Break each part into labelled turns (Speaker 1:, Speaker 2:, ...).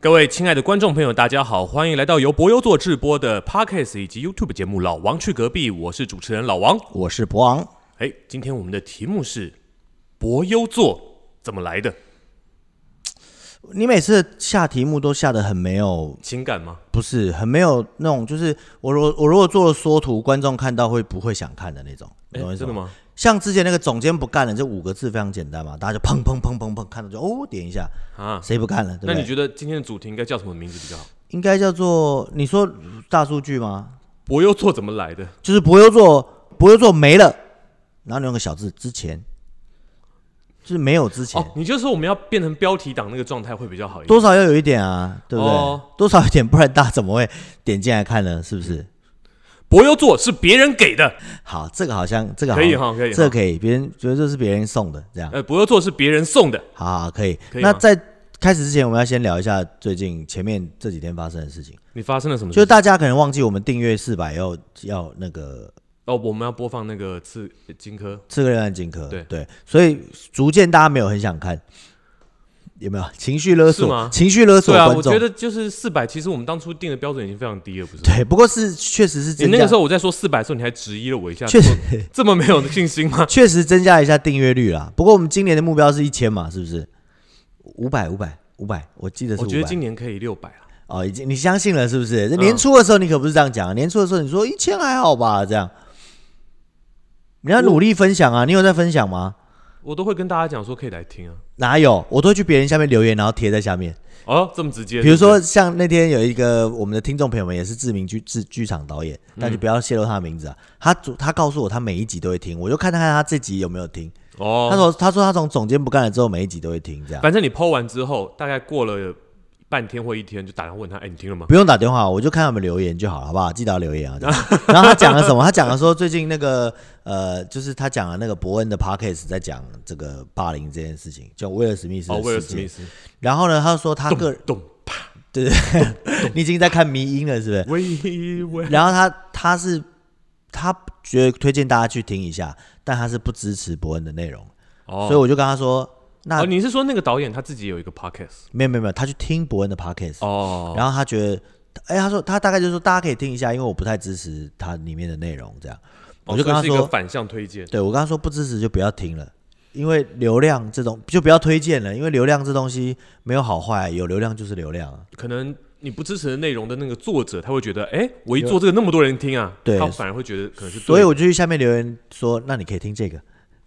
Speaker 1: 各位亲爱的观众朋友，大家好，欢迎来到由博优做直播的 Podcast 以及 YouTube 节目《老王去隔壁》，我是主持人老王。
Speaker 2: 我是博昂，
Speaker 1: 哎，今天我们的题目是博优做怎么来的？
Speaker 2: 你每次下题目都下的很没有，
Speaker 1: 情感吗？
Speaker 2: 不是很没有那种，就是我如我如果做了缩图，观众看到会不会想看的那种，你
Speaker 1: 哎，
Speaker 2: 懂我意思
Speaker 1: 真的？吗？
Speaker 2: 像之前那个总监不干了这五个字非常简单嘛，大家就砰砰砰砰砰看到就哦点一下，
Speaker 1: 啊，
Speaker 2: 谁不干了？对不
Speaker 1: 那
Speaker 2: 对
Speaker 1: 你觉得今天的主题应该叫什么名字比较好？
Speaker 2: 应该叫做你说大数据吗？
Speaker 1: 博优做怎么来的？
Speaker 2: 就是不用做，不用做没了，然后你用个小字之前，就是没有之前。
Speaker 1: 哦，你就说我们要变成标题党那个状态会比较好一点。
Speaker 2: 多少要有一点啊，对不对？
Speaker 1: 哦
Speaker 2: 多少有一点，不然大家怎么会点进来看呢？是不是？
Speaker 1: 博优做是别人给的，
Speaker 2: 好，这个好像这个好
Speaker 1: 可
Speaker 2: 像
Speaker 1: 以哈，可以
Speaker 2: 这
Speaker 1: 哈。
Speaker 2: 个可以，别人觉得这是别人送的，这样，
Speaker 1: 呃，博优做是别人送的，
Speaker 2: 好好可以。
Speaker 1: 可以吗
Speaker 2: 那在开始之前，我们要先聊一下最近前面这几天发生的事情，
Speaker 1: 你发生了什么
Speaker 2: 就是
Speaker 1: 事？
Speaker 2: 大家可能忘记我们订阅四百要要那个
Speaker 1: 哦，我们要播放那个刺荆轲，
Speaker 2: 刺客任案荆轲，
Speaker 1: 对
Speaker 2: 所以逐渐大家没有很想看，有没有情绪勒
Speaker 1: 是
Speaker 2: 索
Speaker 1: 吗？
Speaker 2: 情绪勒索
Speaker 1: 对啊，
Speaker 2: 观
Speaker 1: 我
Speaker 2: 众
Speaker 1: 觉，得就是四百，其实我们当初定的标准已经非常低了，不是吗？
Speaker 2: 对，不过是确实是
Speaker 1: 你
Speaker 2: 增
Speaker 1: 那
Speaker 2: 加
Speaker 1: 个时，候我在说四百的时候，你还质疑了我一下，
Speaker 2: 确实？
Speaker 1: 说这么没有信心吗
Speaker 2: 确实增加一下订阅率啦。不过我们今年的目标是一千嘛，是不是？五百，五百，五百，我记得是
Speaker 1: 我
Speaker 2: 五
Speaker 1: 觉得
Speaker 2: 百。
Speaker 1: 今年可以六百啊了。
Speaker 2: 哦，已经你相信了是不是？这
Speaker 1: 嗯
Speaker 2: 年初的时候你可不是这样讲啊，年初的时候你说一千还好吧，这样。你要努力分享啊！你有在分享吗？
Speaker 1: 我都会跟大家讲说可以来听啊。
Speaker 2: 哪有？我都会去别人下面留言，然后贴在下面。
Speaker 1: 哦，这么直接。
Speaker 2: 比如
Speaker 1: 对
Speaker 2: 说，像那天有一个我们的听众朋友们也是知名剧剧剧场导
Speaker 1: 嗯
Speaker 2: 演，但就不要泄露他的名字啊。他主他告诉我他每一集都会听，我就看他看他这集有没有听。
Speaker 1: 不对哦，
Speaker 2: 他说他说他从总监不干了之后，每一集都会听这样。
Speaker 1: 反正你剖完之后，大概过了半天或一天，就打电话问他，哎，你听了吗？
Speaker 2: 不用打电话，我就看他们留言就好了，好不好？记得要留言啊。这 样然后他讲了什么？他讲了说最近那个呃，就是他讲了那个伯恩的 podcast 在讲这个霸凌这件事情，就威尔史密斯
Speaker 1: 哦，威
Speaker 2: 的
Speaker 1: 尔
Speaker 2: 事
Speaker 1: 史
Speaker 2: 情。
Speaker 1: 密斯，
Speaker 2: 然后呢，他说他个
Speaker 1: 咚，
Speaker 2: 你已经在看迷音了，是不 是？
Speaker 1: 威威，
Speaker 2: 然后他他是他觉得推荐大家去听一下，但他是不支持伯恩的内容，所以
Speaker 1: 哦，
Speaker 2: 我就跟他说，那、
Speaker 1: 哦，你是说那个导演他自己有一个 podcast？
Speaker 2: 没有没有没有，他去听伯恩的 podcast，、
Speaker 1: 哦，
Speaker 2: 然后他觉得，哎、他说他大概就说大家可以听一下，因为我不太支持他里面的内容，这样，我就
Speaker 1: 哦所
Speaker 2: 跟
Speaker 1: 以
Speaker 2: 他
Speaker 1: 是一个
Speaker 2: 说，
Speaker 1: 反向推荐。
Speaker 2: 对我跟他说不支持就不要听了，因为流量这种就不要推荐了，因为流量这东西没有好坏，有流量就是流量啊。
Speaker 1: 可能你不支持的内容的那个作者，他会觉得，哎、我一做这个那么多人听啊，
Speaker 2: 对
Speaker 1: 他反而会觉得可能是对
Speaker 2: 所以我就去下面留言说，那你可以听这个，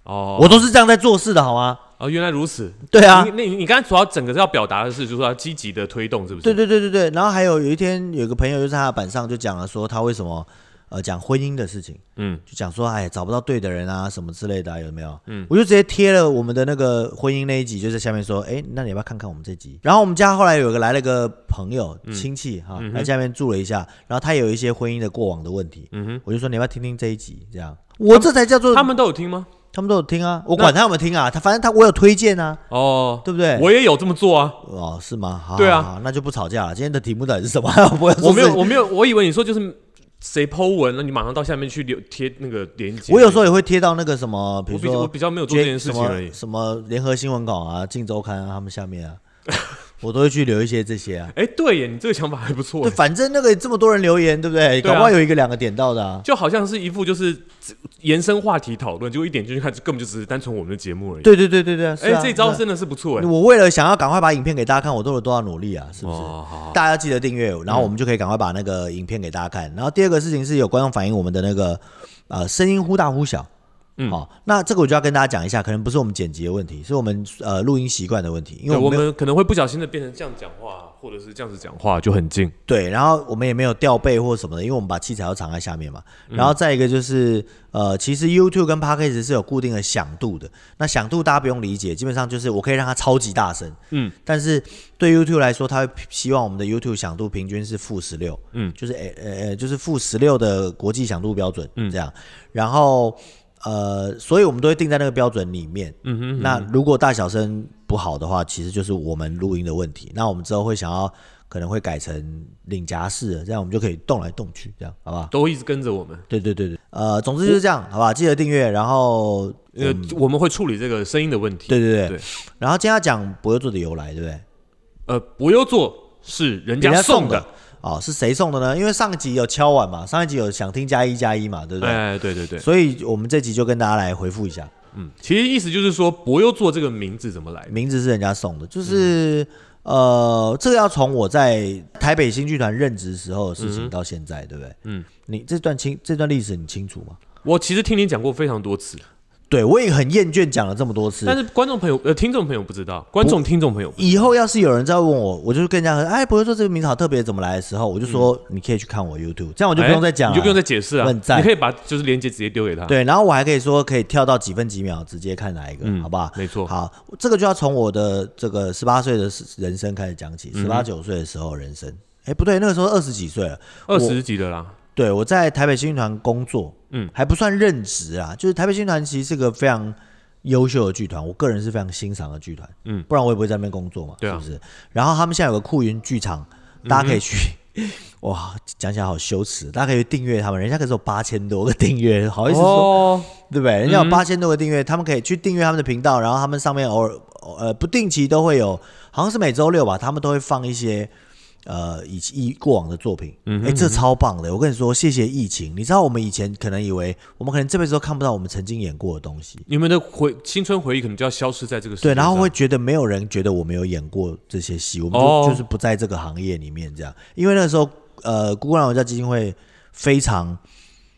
Speaker 1: 哦，
Speaker 2: 我都是这样在做事的好吗？
Speaker 1: 哦，原来如此，
Speaker 2: 对啊
Speaker 1: 你，那你你刚才主要整个是要表达的是，就是说要积极的推动，是不是？
Speaker 2: 对对对对对。然后还有有一天，有个朋友就在他的板上就讲了说，他为什么呃讲婚姻的事情，
Speaker 1: 嗯，
Speaker 2: 就讲说哎找不到对的人啊什么之类的啊、有没有？嗯，我就直接贴了我们的那个婚姻那一集，就在下面说，哎，那你要不要看看我们这集？然后我们家后来有个来了个朋友
Speaker 1: 嗯
Speaker 2: 亲戚哈，来家里面住了一下，然后他有一些婚姻的过往的问题，嗯哼，我就说你要不要听听这一集？这样，我这才叫做
Speaker 1: 他们都有听吗？
Speaker 2: 他们都有听啊，我管他有没有听啊，他反正他我有推荐啊，
Speaker 1: 哦，
Speaker 2: 对不对？
Speaker 1: 我也有这么做 啊，
Speaker 2: 哦，是吗？好
Speaker 1: 对啊
Speaker 2: 好好那就不吵架了。今天的题目到底是什么？ 我不会说
Speaker 1: 我没有，
Speaker 2: 是
Speaker 1: 我没有，我以为你说就是谁 Po 文，那你马上到下面去留贴那个链接。
Speaker 2: 我有时候也会贴到那个什么，比
Speaker 1: 我
Speaker 2: 如
Speaker 1: 比我
Speaker 2: 说
Speaker 1: 比较没有做这件事
Speaker 2: 什
Speaker 1: 情而已
Speaker 2: 么。什么联合新闻稿啊、镜周刊啊，他们下面啊， 我都会去留一些这些啊。
Speaker 1: 哎、对耶，你这个想法还不错
Speaker 2: 对，
Speaker 1: 耶，
Speaker 2: 反正那个这么多人留言，对不对？
Speaker 1: 对啊
Speaker 2: 搞不好有一个两个点到的啊。
Speaker 1: 就好像是一副就是延伸话题讨论，结果一点进去看，根本就只是单纯我们的节目而已。
Speaker 2: 对对对对对啊，是
Speaker 1: 哎、
Speaker 2: 啊
Speaker 1: 这招
Speaker 2: 是
Speaker 1: 真的是不错
Speaker 2: 啊。
Speaker 1: 哎。
Speaker 2: 我为了想要赶快把影片给大家看，我做了多少努力啊？是不是？
Speaker 1: 哦，好，
Speaker 2: 大家记得订阅，然后我们就可以赶快把那个影片给大家看。然后第二个事情是有观众反映我们的那个呃声音忽大忽小，
Speaker 1: 嗯
Speaker 2: 好、那这个我就要跟大家讲一下，可能不是我们剪辑的问题，是我们呃录音习惯的问题，因为
Speaker 1: 对
Speaker 2: 我
Speaker 1: 我
Speaker 2: 们没有
Speaker 1: 们可能会不小心的变成这样讲话，或者是这样子讲话就很近。
Speaker 2: 对，然后我们也没有吊背或什么的，因为我们把器材都藏在下面嘛。然后再一个就是呃，其实 YouTube 跟 Podcast 是有固定的响度的，那响度大家不用理解，基本上就是我可以让它超级大声，
Speaker 1: 嗯，
Speaker 2: 但是对 YouTube 来说，它会希望我们的 YouTube 响度平均是负十六，
Speaker 1: 嗯，
Speaker 2: 就是诶呃呃，就是负十六的国际响度标准，嗯，这样，然后呃，所以我们都会定在那个标准里面，嗯哼那如果大小声不好的话，其实就是我们录音的问题。那我们之后会想要可能会改成领夹式的，这样我们就可以动来动去，这样好不好？
Speaker 1: 都一直跟着我们。
Speaker 2: 对对对对，呃，总之就是这样，好吧？记得订阅，然后
Speaker 1: 呃，我们会处理这个声音的问题。
Speaker 2: 嗯对对对，
Speaker 1: 对
Speaker 2: 然后今天要讲博友做的由来，对不对？
Speaker 1: 呃，博优做是人
Speaker 2: 人
Speaker 1: 家
Speaker 2: 家
Speaker 1: 送
Speaker 2: 送的哦，是谁送的呢？因为上一集有敲碗嘛，上一集有想听加一加一嘛，对不对？
Speaker 1: 哎，对对对，
Speaker 2: 所以我们这集就跟大家来回复一下，
Speaker 1: 嗯，其实意思就是说，博优座这个名字怎么来的？
Speaker 2: 名字是人家送的，就是、
Speaker 1: 嗯
Speaker 2: 呃，这个要从我在台北新剧团任职时候的事情到现在，对不对？
Speaker 1: 嗯，
Speaker 2: 你这段清这段历史你清楚吗？
Speaker 1: 我其实听你讲过非常多次，
Speaker 2: 对我也很厌倦讲了这么多次
Speaker 1: 但，是观众朋友呃听众朋友不知道，观众听众朋友不知道
Speaker 2: 以后要是有人再问我，我就跟人家说，哎，不会说这个名字好特别怎么来的时候，我就说、你可以去看我 YouTube，这样我就不用再讲
Speaker 1: 嗯哎
Speaker 2: 了，
Speaker 1: 你就不用再解释啊，
Speaker 2: 我很赞
Speaker 1: 你可以把就是链接直接丢给他。，
Speaker 2: 对，然后我还可以说可以跳到几分几秒直接看哪一个，
Speaker 1: 嗯
Speaker 2: 好不好？
Speaker 1: 没错
Speaker 2: 好，这个就要从我的这个十八岁的人生开始讲起，
Speaker 1: 嗯
Speaker 2: 十八九岁的时候人生，哎、不对，那个时候二十几岁了，
Speaker 1: 二十集的啦，
Speaker 2: 对我在台北新剧团工作，
Speaker 1: 嗯
Speaker 2: 嗯，还不算任职啊，就是台北新剧团其实是个非常优秀的剧团，我个人是非常欣赏的剧团，
Speaker 1: 嗯
Speaker 2: 嗯，不然我也不会在那边工作嘛，
Speaker 1: 对啊嗯
Speaker 2: 是不是？然后他们现在有个酷云剧场，大家可以去。哇，讲起来好羞耻！大家可以去订阅他们，人家可是有八千多个订阅，好意思说
Speaker 1: 哦，
Speaker 2: 对不对？人家有八千多个订阅，他们可以去订阅他们的频道，然后他们上面偶尔偶呃不定期都会有，好像是每周六吧，他们都会放一些呃以以过往的作品。嗯，哎，这超棒的！我跟你说，谢谢疫情，你知道我们以前可能以为我们可能这辈子都看不到我们曾经演过的东西，
Speaker 1: 你们的回青春回忆可能就要消失在这个世界
Speaker 2: 对，
Speaker 1: 上
Speaker 2: 然后会觉得没有人觉得我们有演过这些戏，我们就、
Speaker 1: 哦
Speaker 2: 就是不在这个行业里面这样。因为那个时候，呃，孤孤老人家基金会非常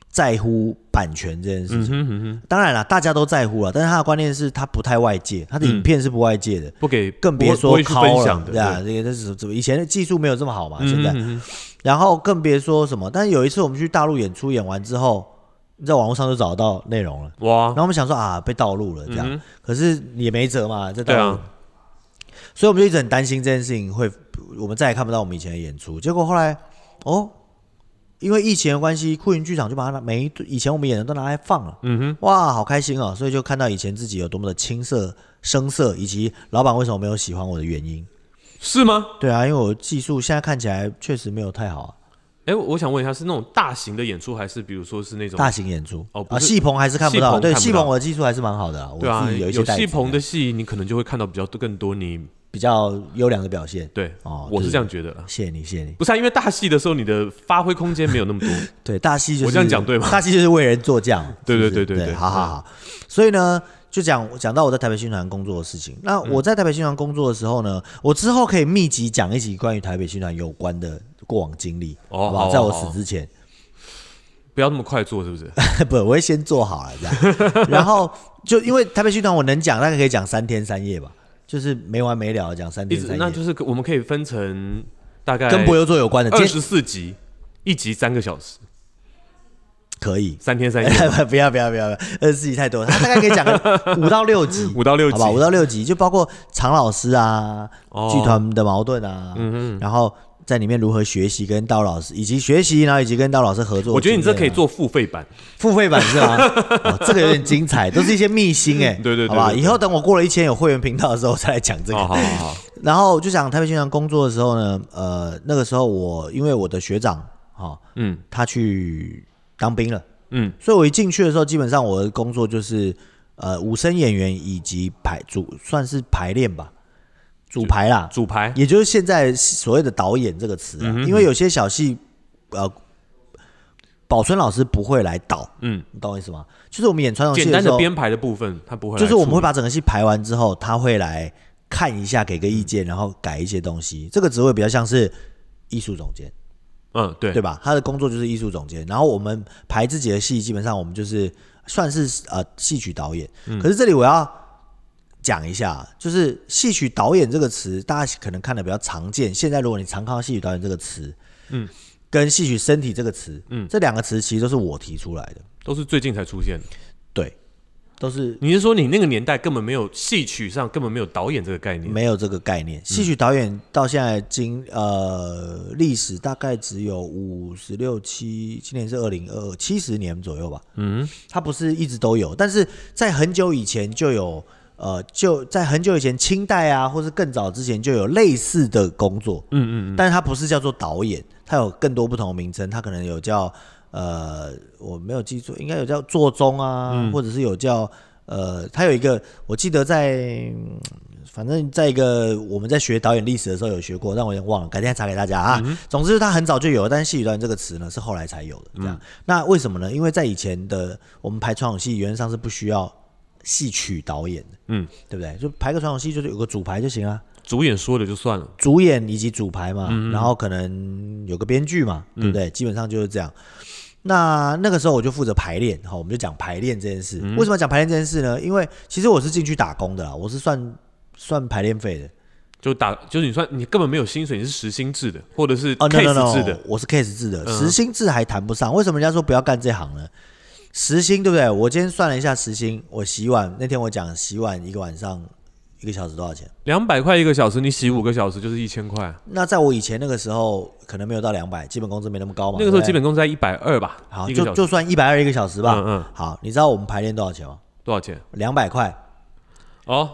Speaker 2: 在乎版权这件事
Speaker 1: 嗯
Speaker 2: 情。当然啦，大家都在乎了，但是他的观念是他不太外界，他的影片是不外界的，
Speaker 1: 不给，
Speaker 2: 更
Speaker 1: 嗯不
Speaker 2: 别
Speaker 1: 会不
Speaker 2: 说
Speaker 1: 会去
Speaker 2: 拷
Speaker 1: 分
Speaker 2: 了
Speaker 1: 享的，
Speaker 2: 对啊，
Speaker 1: 对
Speaker 2: 这个这是怎么？以前的技术没有这么好嘛，现在，
Speaker 1: 嗯嗯嗯
Speaker 2: 然后更别说什么。但是有一次我们去大陆演出，演完之后，在网络上就找到内容了。
Speaker 1: 嗯哇嗯
Speaker 2: 然，后我们想说啊，被盗录了这样，可是也没辙嘛，这盗
Speaker 1: 对
Speaker 2: 录，
Speaker 1: 啊，
Speaker 2: 所以我们就一直很担心这件事情会，我们再也看不到我们以前的演出。结果后来哦，因为疫情的关系，酷云剧场就把它拿每一以前我们演的都拿来放了，
Speaker 1: 嗯哼，
Speaker 2: 哇，好开心哦！所以就看到以前自己有多么的青涩、生涩，以及老板为什么没有喜欢我的原因。
Speaker 1: 是吗？
Speaker 2: 对啊，因为我技术现在看起来确实没有太好、啊，
Speaker 1: 哎，我我想问一下，是那种大型的演出，还是比如说是那种
Speaker 2: 大型演出
Speaker 1: 哦不
Speaker 2: 啊，
Speaker 1: 是
Speaker 2: 戏棚还是看不
Speaker 1: 戏
Speaker 2: 到。
Speaker 1: 棚
Speaker 2: 对，
Speaker 1: 看不
Speaker 2: 戏
Speaker 1: 到
Speaker 2: 棚我的技术还是蛮好的、啊，
Speaker 1: 对啊，
Speaker 2: 我自己有一些
Speaker 1: 有
Speaker 2: 带
Speaker 1: 戏
Speaker 2: 子
Speaker 1: 棚的戏，你可能就会看到比较多更多你
Speaker 2: 比较优良的表现。
Speaker 1: 对，
Speaker 2: 哦
Speaker 1: 我是
Speaker 2: 对
Speaker 1: 这样觉得啦。
Speaker 2: 谢谢你，谢谢你。
Speaker 1: 不是啊，因为大戏的时候，你的发挥空间没有那么多。
Speaker 2: 对，大戏就是
Speaker 1: 我这样讲对吗
Speaker 2: 大戏就是为人做将，
Speaker 1: 对
Speaker 2: 是不是
Speaker 1: 对对对嗯
Speaker 2: 对
Speaker 1: 对
Speaker 2: 好好好。所以呢，就讲讲到我在台北新团工作的事情。那我在台北新团工作的时候呢，我之后可以密集讲一集关于台北新团有关的过往经历，
Speaker 1: 哦
Speaker 2: 好不
Speaker 1: 好
Speaker 2: 好？在我
Speaker 1: 好好
Speaker 2: 死之前，
Speaker 1: 不要那么快做，是不 是？
Speaker 2: 不，我会先做好了这 样。然后就因为台北新团，我能讲大概可以讲三天三夜吧，就是没完没了地讲三
Speaker 1: 一
Speaker 2: 天
Speaker 1: 直
Speaker 2: 三
Speaker 1: 那
Speaker 2: 夜，
Speaker 1: 就是我们可以分成大概
Speaker 2: 跟博游座有关的，
Speaker 1: 二
Speaker 2: 今天
Speaker 1: 十四集，一集三个小时，
Speaker 2: 可以。
Speaker 1: 三天 三夜，
Speaker 2: 不要不要不要，二十集太多了，他大概可以讲 个五到六集，
Speaker 1: 五到六集
Speaker 2: 好吧，五到六集就包括常老师啊，
Speaker 1: 哦嗯
Speaker 2: 剧团的矛盾啊，然后在里面如何学习跟刀老师，以及学习，然后以及跟刀老师合作。
Speaker 1: 我觉得你这可以做付费版，
Speaker 2: 啊付费版 是吗、哦？这个有点精彩，都是一些秘辛哎、
Speaker 1: 对对对
Speaker 2: 好吧，
Speaker 1: 对哦对
Speaker 2: 以后等我过了一千有会员频道的时候，我再来讲这个。
Speaker 1: 好好好好，
Speaker 2: 然后就想台北新传工作的时候呢，呃，那个时候我因为我的学长哈、哦
Speaker 1: 嗯
Speaker 2: 他去当兵了。
Speaker 1: 嗯，
Speaker 2: 所以我一进去的时候，基本上我的工作就是呃，武生演员以及排组，算是排练吧，组排啦，
Speaker 1: 主嗯牌
Speaker 2: 也就是现在所谓的导演这个词啊，因为有些小戏，呃，宝春老师不会来导，
Speaker 1: 嗯，
Speaker 2: 你懂我意思吗？就是我们演传统戏
Speaker 1: 简单
Speaker 2: 时
Speaker 1: 的
Speaker 2: 候，
Speaker 1: 编排的部分，他不会来
Speaker 2: 就
Speaker 1: 处理，
Speaker 2: 是我们会把整个戏排完之后，他会来看一下，给个意见，然后改一些东西。这个职位比较像是艺术总监。
Speaker 1: 嗯对
Speaker 2: 对吧？他的工作就是艺术总监，然后我们排自己的戏，基本上我们就是算是呃戏曲导演。可是这里我要讲一下，就是戏曲导演这个词，大家可能看的比较常见。现在如果你常看到戏曲导演这个词，
Speaker 1: 嗯，
Speaker 2: 跟戏曲身体这个词，嗯，这两个词其实都是我提出来的，
Speaker 1: 都是最近才出现的。
Speaker 2: 对，都是
Speaker 1: 你是说你那个年代根本没有戏曲上根本没有导演这个概念？
Speaker 2: 没有这个概念。戏曲导演到现在今呃历史大概只有五十六七，今年是二零二七十年左右吧。
Speaker 1: 嗯，
Speaker 2: 它不是一直都有，但是在很久以前就有，呃，就在很久以前清代啊，或是更早之前就有类似的工作，嗯嗯但是它不是叫做导演，它有更多不同的名称，它可能有叫呃，我没有记住，应该有叫座钟啊，或者是有叫呃，它有一个，我记得在嗯反正在一个我们在学导演历史的时候有学过，但我有点忘了，改天查给大家啊。总之，它很早就有，但是戏剧导演这个词呢是后来才有的。这样，那为什么呢？因为在以前的我们排传统戏，原则上是不需要戏曲导演的，
Speaker 1: 嗯，
Speaker 2: 对不对？就排个传统戏，就是有个主排就行啊，
Speaker 1: 主演说的就算了，
Speaker 2: 主演以及主排嘛，然后可能有个编剧嘛，对不对？基本上就是这样。那那个时候我就负责排练，好，我们就讲排练这件事。为什么讲排练这件事呢？因为其实我是进去打工的啦，我是算算排练费的。
Speaker 1: 就打就是你算你根本没有薪水，你是时薪制的，或者是
Speaker 2: 哦、n o no
Speaker 1: case
Speaker 2: no，
Speaker 1: 制的，嗯
Speaker 2: 我是 case 制的，时薪制还谈不上。为什么人家说不要干这行呢？时薪对不对？我今天算了一下时薪，我洗碗那天我讲洗碗一个晚上一个小时多少钱？
Speaker 1: 两百块一个小时，你洗五个小时就是一千块。
Speaker 2: 那在我以前那个时候，可能没有到两百，基本工资没那么高嘛。
Speaker 1: 那个时候
Speaker 2: 对不对
Speaker 1: 基本工资在一百二吧，
Speaker 2: 好，
Speaker 1: 一个
Speaker 2: 就
Speaker 1: 小时
Speaker 2: 就算一百二一个小时吧。
Speaker 1: 嗯嗯
Speaker 2: 好，你知道我们排练多少钱吗？
Speaker 1: 多少钱？
Speaker 2: 两百块
Speaker 1: 哦，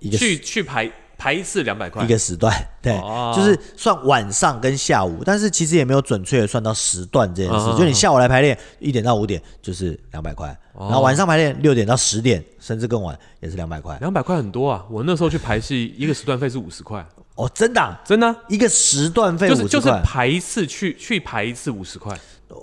Speaker 2: 一个
Speaker 1: 去去排排一次两百块
Speaker 2: 一，个时段， 对，
Speaker 1: 哦
Speaker 2: 就是算晚上跟下午，但是其实也没有准确的算到时段这件事。
Speaker 1: 嗯嗯
Speaker 2: 就你下午来排练，一点到五点就是两百块，
Speaker 1: 哦
Speaker 2: 然后晚上排练六点到十点，甚至更晚也是两百块。
Speaker 1: 两百块很多啊！我那时候去排戏，一个时段费是五十块，
Speaker 2: 哦，真的啊、
Speaker 1: 真的啊、
Speaker 2: 一个时段费
Speaker 1: 就
Speaker 2: 五
Speaker 1: 是
Speaker 2: 十
Speaker 1: 就是
Speaker 2: 块，
Speaker 1: 排一次去去排一次五十块，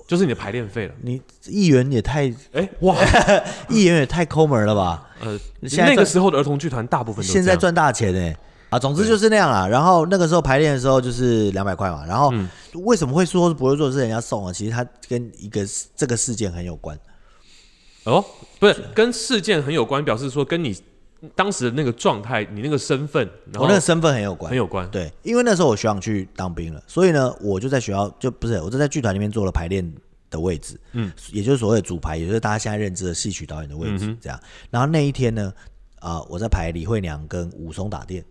Speaker 1: 就是你的排练费了。
Speaker 2: 你议员也太
Speaker 1: 哎、哇，
Speaker 2: 议员也太抠门了吧？
Speaker 1: 呃，
Speaker 2: 现在
Speaker 1: 那个
Speaker 2: 赚
Speaker 1: 时候的儿童剧团大部分都
Speaker 2: 现在
Speaker 1: 这样
Speaker 2: 赚大钱呢、啊，总之就是那样啦。然后那个时候排练的时候就是两百块嘛。然
Speaker 1: 嗯
Speaker 2: 后为什么会说不会做是人家送啊？其实它跟一个这个事件很有关。
Speaker 1: 哦，不是跟事件很有关，表示说跟你当时的那个状态、你那个身份，然
Speaker 2: 我
Speaker 1: 后
Speaker 2: 哦那个身份很有关，
Speaker 1: 很有关。
Speaker 2: 对，因为那时候我学长去当兵了，所以呢，我就在学校就不是，我就在剧团里面做了排练的位置，嗯，也就是所谓的主排，也就是大家现在认知的戏曲导演的位
Speaker 1: 嗯
Speaker 2: 置，这样。然后那一天呢，啊、我在排李慧娘跟武松打店、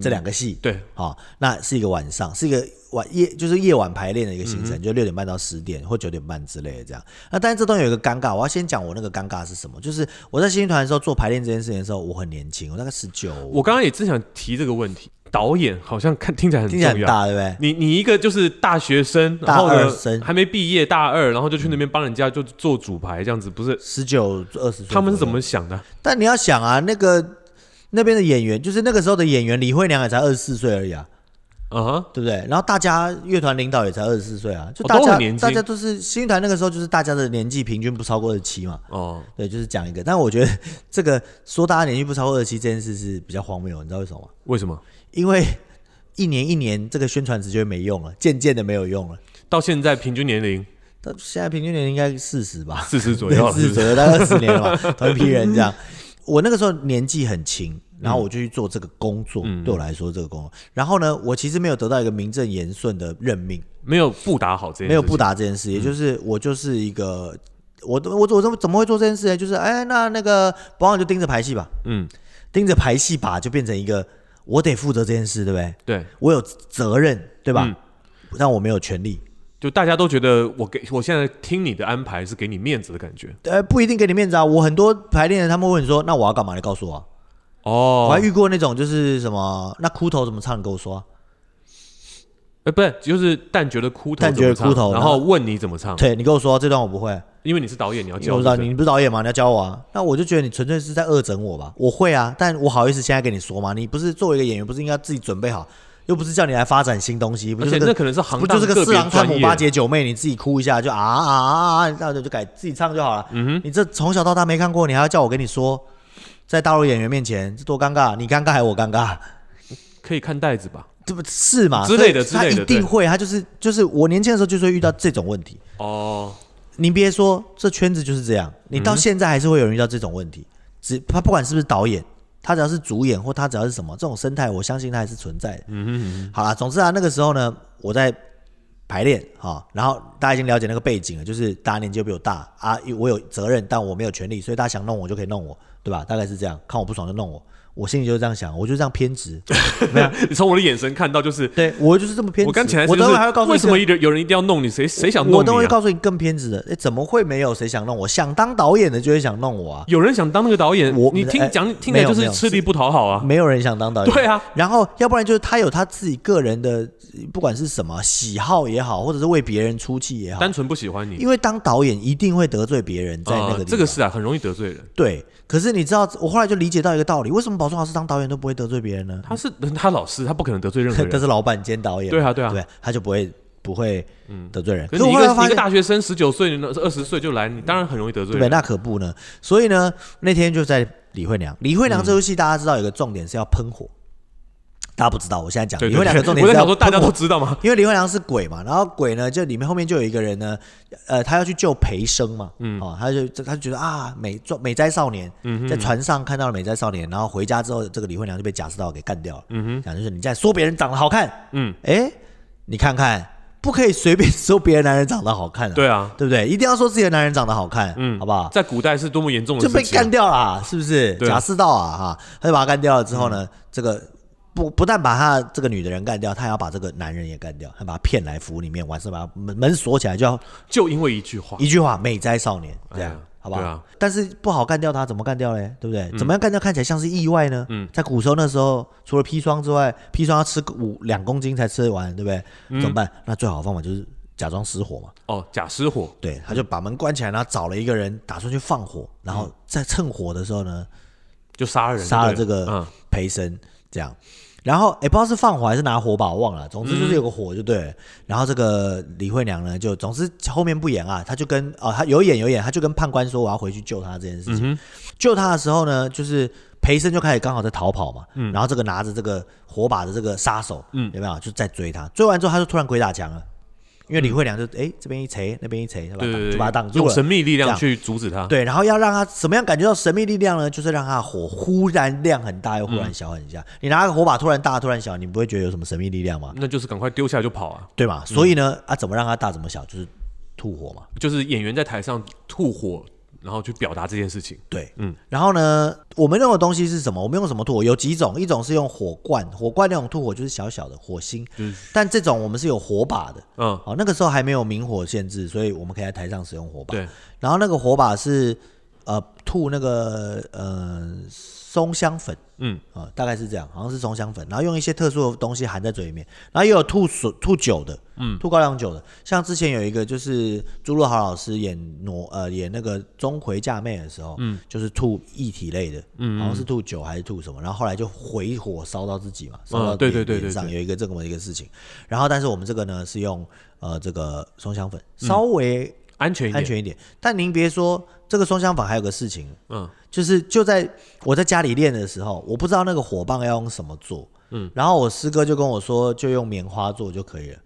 Speaker 2: 这两个戏，
Speaker 1: 嗯对，
Speaker 2: 好、那是一个晚上，是一个晚夜，就是夜晚排练的一个行
Speaker 1: 嗯
Speaker 2: 程，就六点半到十点或九点半之类的这样。那但是这东西有一个尴尬，我要先讲我那个尴尬是什么，就是我在新剧团的时候做排练这件事情的时候，我很年轻，我大概十九，
Speaker 1: 我刚刚也正想提这个问题，导演好像看听起来很
Speaker 2: 听
Speaker 1: 重
Speaker 2: 起来很
Speaker 1: 要。
Speaker 2: 大，对不对？
Speaker 1: 你你一个就是大学生，
Speaker 2: 大
Speaker 1: 然后
Speaker 2: 二
Speaker 1: 呢
Speaker 2: 生
Speaker 1: 还没毕业大二，然后就去那边帮人家就做主排这样子，不是？
Speaker 2: 十九二十岁，
Speaker 1: 他们是怎么？想的？
Speaker 2: 但你要想啊，那个那边的演员，就是那个时候的演员李慧娘也才二十四岁而已啊，
Speaker 1: 啊哈，
Speaker 2: 对不对？然后大家乐团领导也才二十四岁啊，就大
Speaker 1: 哦都
Speaker 2: 家、
Speaker 1: 很年轻
Speaker 2: 大家都是新乐团那个时候就是大家的年纪平均不超过二十七嘛。
Speaker 1: 哦，
Speaker 2: 对，就是讲一个，但我觉得这个说大家年纪不超过二十七这件事是比较荒谬的，你知道为什么吗？
Speaker 1: 为什么
Speaker 2: 因为一年一年这个宣传词就会没用了，渐渐的没有用了。
Speaker 1: 到现在平均年龄
Speaker 2: 到现在平均年龄应该四十吧，
Speaker 1: 四十左右了？
Speaker 2: 四
Speaker 1: 是
Speaker 2: 十
Speaker 1: 不是
Speaker 2: 左右，大概二十年了嘛，同一批人这样。我那个时候年纪很轻，然后我就去做这个工作，
Speaker 1: 嗯
Speaker 2: 对我来说这个工作。然后呢，我其实没有得到一个名正言顺的任命，
Speaker 1: 没有不打好这件事情，
Speaker 2: 没有不打这件
Speaker 1: 嗯
Speaker 2: 事，也就是我就是一个，我我我怎么怎么会做这件事呢？就是哎，那那个保安就盯着排戏吧，
Speaker 1: 嗯，
Speaker 2: 盯着排戏吧，就变成一个我得负责这件事，对不对？
Speaker 1: 对，
Speaker 2: 我有责任，对吧？
Speaker 1: 嗯
Speaker 2: 但我没有权利，
Speaker 1: 就大家都觉得我给我现在听你的安排是给你面子的感觉
Speaker 2: 呃，不一定给你面子啊。我很多排练的，他们问你说，那我要干嘛？你告诉我啊、我还
Speaker 1: 哦。
Speaker 2: 遇过那种就是什么，那哭头怎么唱？你跟我说啊、
Speaker 1: 嗯哎，不是，就是但觉得枯头怎
Speaker 2: 但
Speaker 1: 么唱，
Speaker 2: 觉得枯头
Speaker 1: 然后问你怎么唱，
Speaker 2: 对你跟我说啊、这段我不会，
Speaker 1: 因为你是导演，你要
Speaker 2: 因为
Speaker 1: 哦
Speaker 2: 我
Speaker 1: 教
Speaker 2: 不知道
Speaker 1: 对不对
Speaker 2: 你不是导演吗？你要教我啊。那我就觉得你纯粹是在恶整我吧。我会啊，但我好意思现在跟你说吗？你不是作为一个演员，不是应该自己准备好？又不是叫你来发展新东西，不
Speaker 1: 而
Speaker 2: 就
Speaker 1: 且
Speaker 2: 是
Speaker 1: 那
Speaker 2: 个
Speaker 1: 可能是行
Speaker 2: 不就
Speaker 1: 当
Speaker 2: 是
Speaker 1: 个别
Speaker 2: 个四郎探母八
Speaker 1: 专业，
Speaker 2: 姐九妹，你自己哭一下就啊啊啊啊，那就就改自己唱就好了。
Speaker 1: 嗯
Speaker 2: 你这从小到大没看过，你还要叫我跟你说，在大陆演员面前这多尴尬，啊你尴尬还是我尴尬？啊
Speaker 1: 可以看袋子吧？
Speaker 2: 这不是嘛
Speaker 1: 之类的
Speaker 2: 所
Speaker 1: 之
Speaker 2: 以
Speaker 1: 类的
Speaker 2: 他一定会，他就是就是我年轻的时候就是会遇到这种问题。
Speaker 1: 哦，
Speaker 2: 你别说，这圈子就是这样，你到现在还是会有人遇到这种问题。只他不管是不是导演，他只要是主演或他只要是什么这种生态，我相信它还是存在的。嗯嗯好啦，总之啊，那个时候呢，我在排练哈、然后大家已经了解那个背景了，就是大家年纪又比我大啊，因为我有责任，但我没有权利，所以大家想弄我就可以弄我，对吧？大概是这样，看我不爽就弄我，我心里就是这样想，我就这样偏执。
Speaker 1: 你从我的眼神看到就是，
Speaker 2: 对我就是这么偏执。
Speaker 1: 我刚起来
Speaker 2: 我
Speaker 1: 就
Speaker 2: 等
Speaker 1: 是
Speaker 2: 会还要告诉你
Speaker 1: 为什么有人有人一定要弄你，谁谁想
Speaker 2: 我
Speaker 1: 弄
Speaker 2: 等会
Speaker 1: 你啊？
Speaker 2: 告诉你更偏执的，哎，怎么会没有谁想弄我？想当导演的就会想弄我啊，
Speaker 1: 有人想当那个导演，
Speaker 2: 我
Speaker 1: 你听
Speaker 2: 哎
Speaker 1: 讲听起来
Speaker 2: 没有
Speaker 1: 就是
Speaker 2: 没有嗯
Speaker 1: 吃力不讨好啊。
Speaker 2: 没有人想当导演。
Speaker 1: 对啊，
Speaker 2: 然后要不然就是他有他自己个人的，不管是什么喜好也好，或者是为别人出气也好，
Speaker 1: 单纯不喜欢你，
Speaker 2: 因为当导演一定会得罪别人，在那个地
Speaker 1: 啊
Speaker 2: 方、
Speaker 1: 这个是啊，很容易得罪人。
Speaker 2: 对。可是你知道，我后来就理解到一个道理，为什么保宝壮老师当导演都不会得罪别人 呢？
Speaker 1: 他是他老师，他不可能得罪任 何
Speaker 2: 他
Speaker 1: 人。
Speaker 2: 是老板兼导演，
Speaker 1: 对啊对啊嗯
Speaker 2: 对，他就不会不会得罪人。
Speaker 1: 可是你
Speaker 2: 我
Speaker 1: 一
Speaker 2: 后
Speaker 1: 个
Speaker 2: 来发
Speaker 1: 一个
Speaker 2: 现，
Speaker 1: 大学生十九岁、二十岁就来，你当然很容易得罪
Speaker 2: 对，
Speaker 1: 人。
Speaker 2: 那可不呢。所以呢，那天就在李慧
Speaker 1: 嗯
Speaker 2: 娘，李慧娘这部戏大家知道有个重点是要喷火，大家不知道，我现在讲
Speaker 1: 对
Speaker 2: 李
Speaker 1: 对
Speaker 2: 慧娘的
Speaker 1: 对
Speaker 2: 重点
Speaker 1: 我
Speaker 2: 是
Speaker 1: 在
Speaker 2: 要
Speaker 1: 想说，大家
Speaker 2: 喷火
Speaker 1: 都知道吗？
Speaker 2: 因为林慧良是鬼嘛，然后鬼呢，就里面后面就有一个人呢，呃，他要去救裴生嘛，嗯，哦，他就他就觉得啊，美壮美哉少年，在船上看到了美哉少年，然后回家之后，这个李慧良就被贾似道给干掉了，嗯哼，讲就是你在说别人长得好看，
Speaker 1: 嗯，
Speaker 2: 哎，你看看，不可以随便说别人男人长得好看、啊，
Speaker 1: 对啊，
Speaker 2: 对不对？一定要说自己的男人长得好看，嗯，好不好？
Speaker 1: 在古代是多么严重的
Speaker 2: 就
Speaker 1: 事
Speaker 2: 被
Speaker 1: 情
Speaker 2: 干
Speaker 1: 啊。
Speaker 2: 掉了啊、是不是？
Speaker 1: 对嗯
Speaker 2: 贾似道啊，哈、他就把他干掉了之后呢，这个不不但把他这个女的人干掉，他还要把这个男人也干掉，还把他骗来府里面，完事把他啊门门锁起来，就要
Speaker 1: 就因为一句话，
Speaker 2: 一句话“美哉少年”这样，
Speaker 1: 哎呀
Speaker 2: 好不好？
Speaker 1: 对啊嗯
Speaker 2: 但是不好干掉他，怎么干掉嘞？对不对？怎么样干掉看起来像是意外呢？嗯，在古时候那时候，除了砒霜之外，砒霜要吃五两公斤才吃得完，对不对？
Speaker 1: 嗯
Speaker 2: 怎么办？那最好的方法就是假装失火嘛。
Speaker 1: 哦，假失火，
Speaker 2: 对，他就把门关起来，然后找了一个人，打算去放火，
Speaker 1: 嗯
Speaker 2: 然后在趁火的时候呢，
Speaker 1: 就杀人，
Speaker 2: 杀了
Speaker 1: 对
Speaker 2: 这
Speaker 1: 不对嗯
Speaker 2: 个裴生这样。然后也不知道是放火还是拿火把，我忘了。总之
Speaker 1: 嗯
Speaker 2: 就是有个火就对了。然后这个李慧娘呢，就总之后面不演啊，她就跟哦，她有演有演，她就跟判官说我要回去救她这件事情。
Speaker 1: 嗯
Speaker 2: 救她的时候呢，就是裴生就开始刚好在逃跑嘛，
Speaker 1: 嗯
Speaker 2: 然后这个拿着这个火把的这个杀手，嗯，有没有就在追他？追完之后，他就突然鬼打墙了，因为李慧娘就哎、这边一锤，那边一锤，就把
Speaker 1: 对
Speaker 2: 他
Speaker 1: 对对，
Speaker 2: 挡就把他挡住
Speaker 1: 用
Speaker 2: 了。
Speaker 1: 神秘力
Speaker 2: 这
Speaker 1: 量
Speaker 2: 样
Speaker 1: 去阻止他。
Speaker 2: 对，然后要让他怎么样感觉到神秘力量呢？就是让他的火忽然亮很大，又忽然小很下。你拿个火把突然大突然小，你不会觉得有什么神秘力量吗？
Speaker 1: 那就是赶快丢下就跑啊！
Speaker 2: 对嘛？所以呢，啊，怎么让它大怎么小，就是吐火嘛。
Speaker 1: 就是演员在台上吐火，然后去表达这件事情。
Speaker 2: 对，
Speaker 1: 嗯
Speaker 2: 嗯，然后呢，我们用的东西是什么？我们用什么吐火？有几种，一种是用火罐，火罐那种吐火就是小小的火星，但这种我们是有火把的。
Speaker 1: 嗯，
Speaker 2: 好，那个时候还没有明火限制，所以我们可以在台上使用火把。
Speaker 1: 对，
Speaker 2: 然后那个火把是呃吐那个呃松香粉，
Speaker 1: 嗯
Speaker 2: 啊、大概是这样，好像是松香粉，然后用一些特殊的东西含在嘴里面，然后也有吐水吐酒的，嗯，吐高粱酒的，像之前有一个就是朱若豪老师演哪呃演那个钟馗嫁妹的时候，嗯，就是吐液体类的，嗯，好像是吐酒还是吐什么，然后后来就回火烧到自己嘛，烧到
Speaker 1: 嗯对对
Speaker 2: 脸
Speaker 1: 对
Speaker 2: 脸上
Speaker 1: 对对
Speaker 2: 有一个这么一个事情，然后但是我们这个呢是用呃这个松香粉
Speaker 1: 嗯
Speaker 2: 稍微
Speaker 1: 安全一点，
Speaker 2: 安全一点。但您别说，这个双香坊还有个事情，
Speaker 1: 嗯，
Speaker 2: 就是就在我在家里练的时候，我不知道那个火棒要用什么做，嗯，然后我师哥就跟我说，就用棉花做就可以了。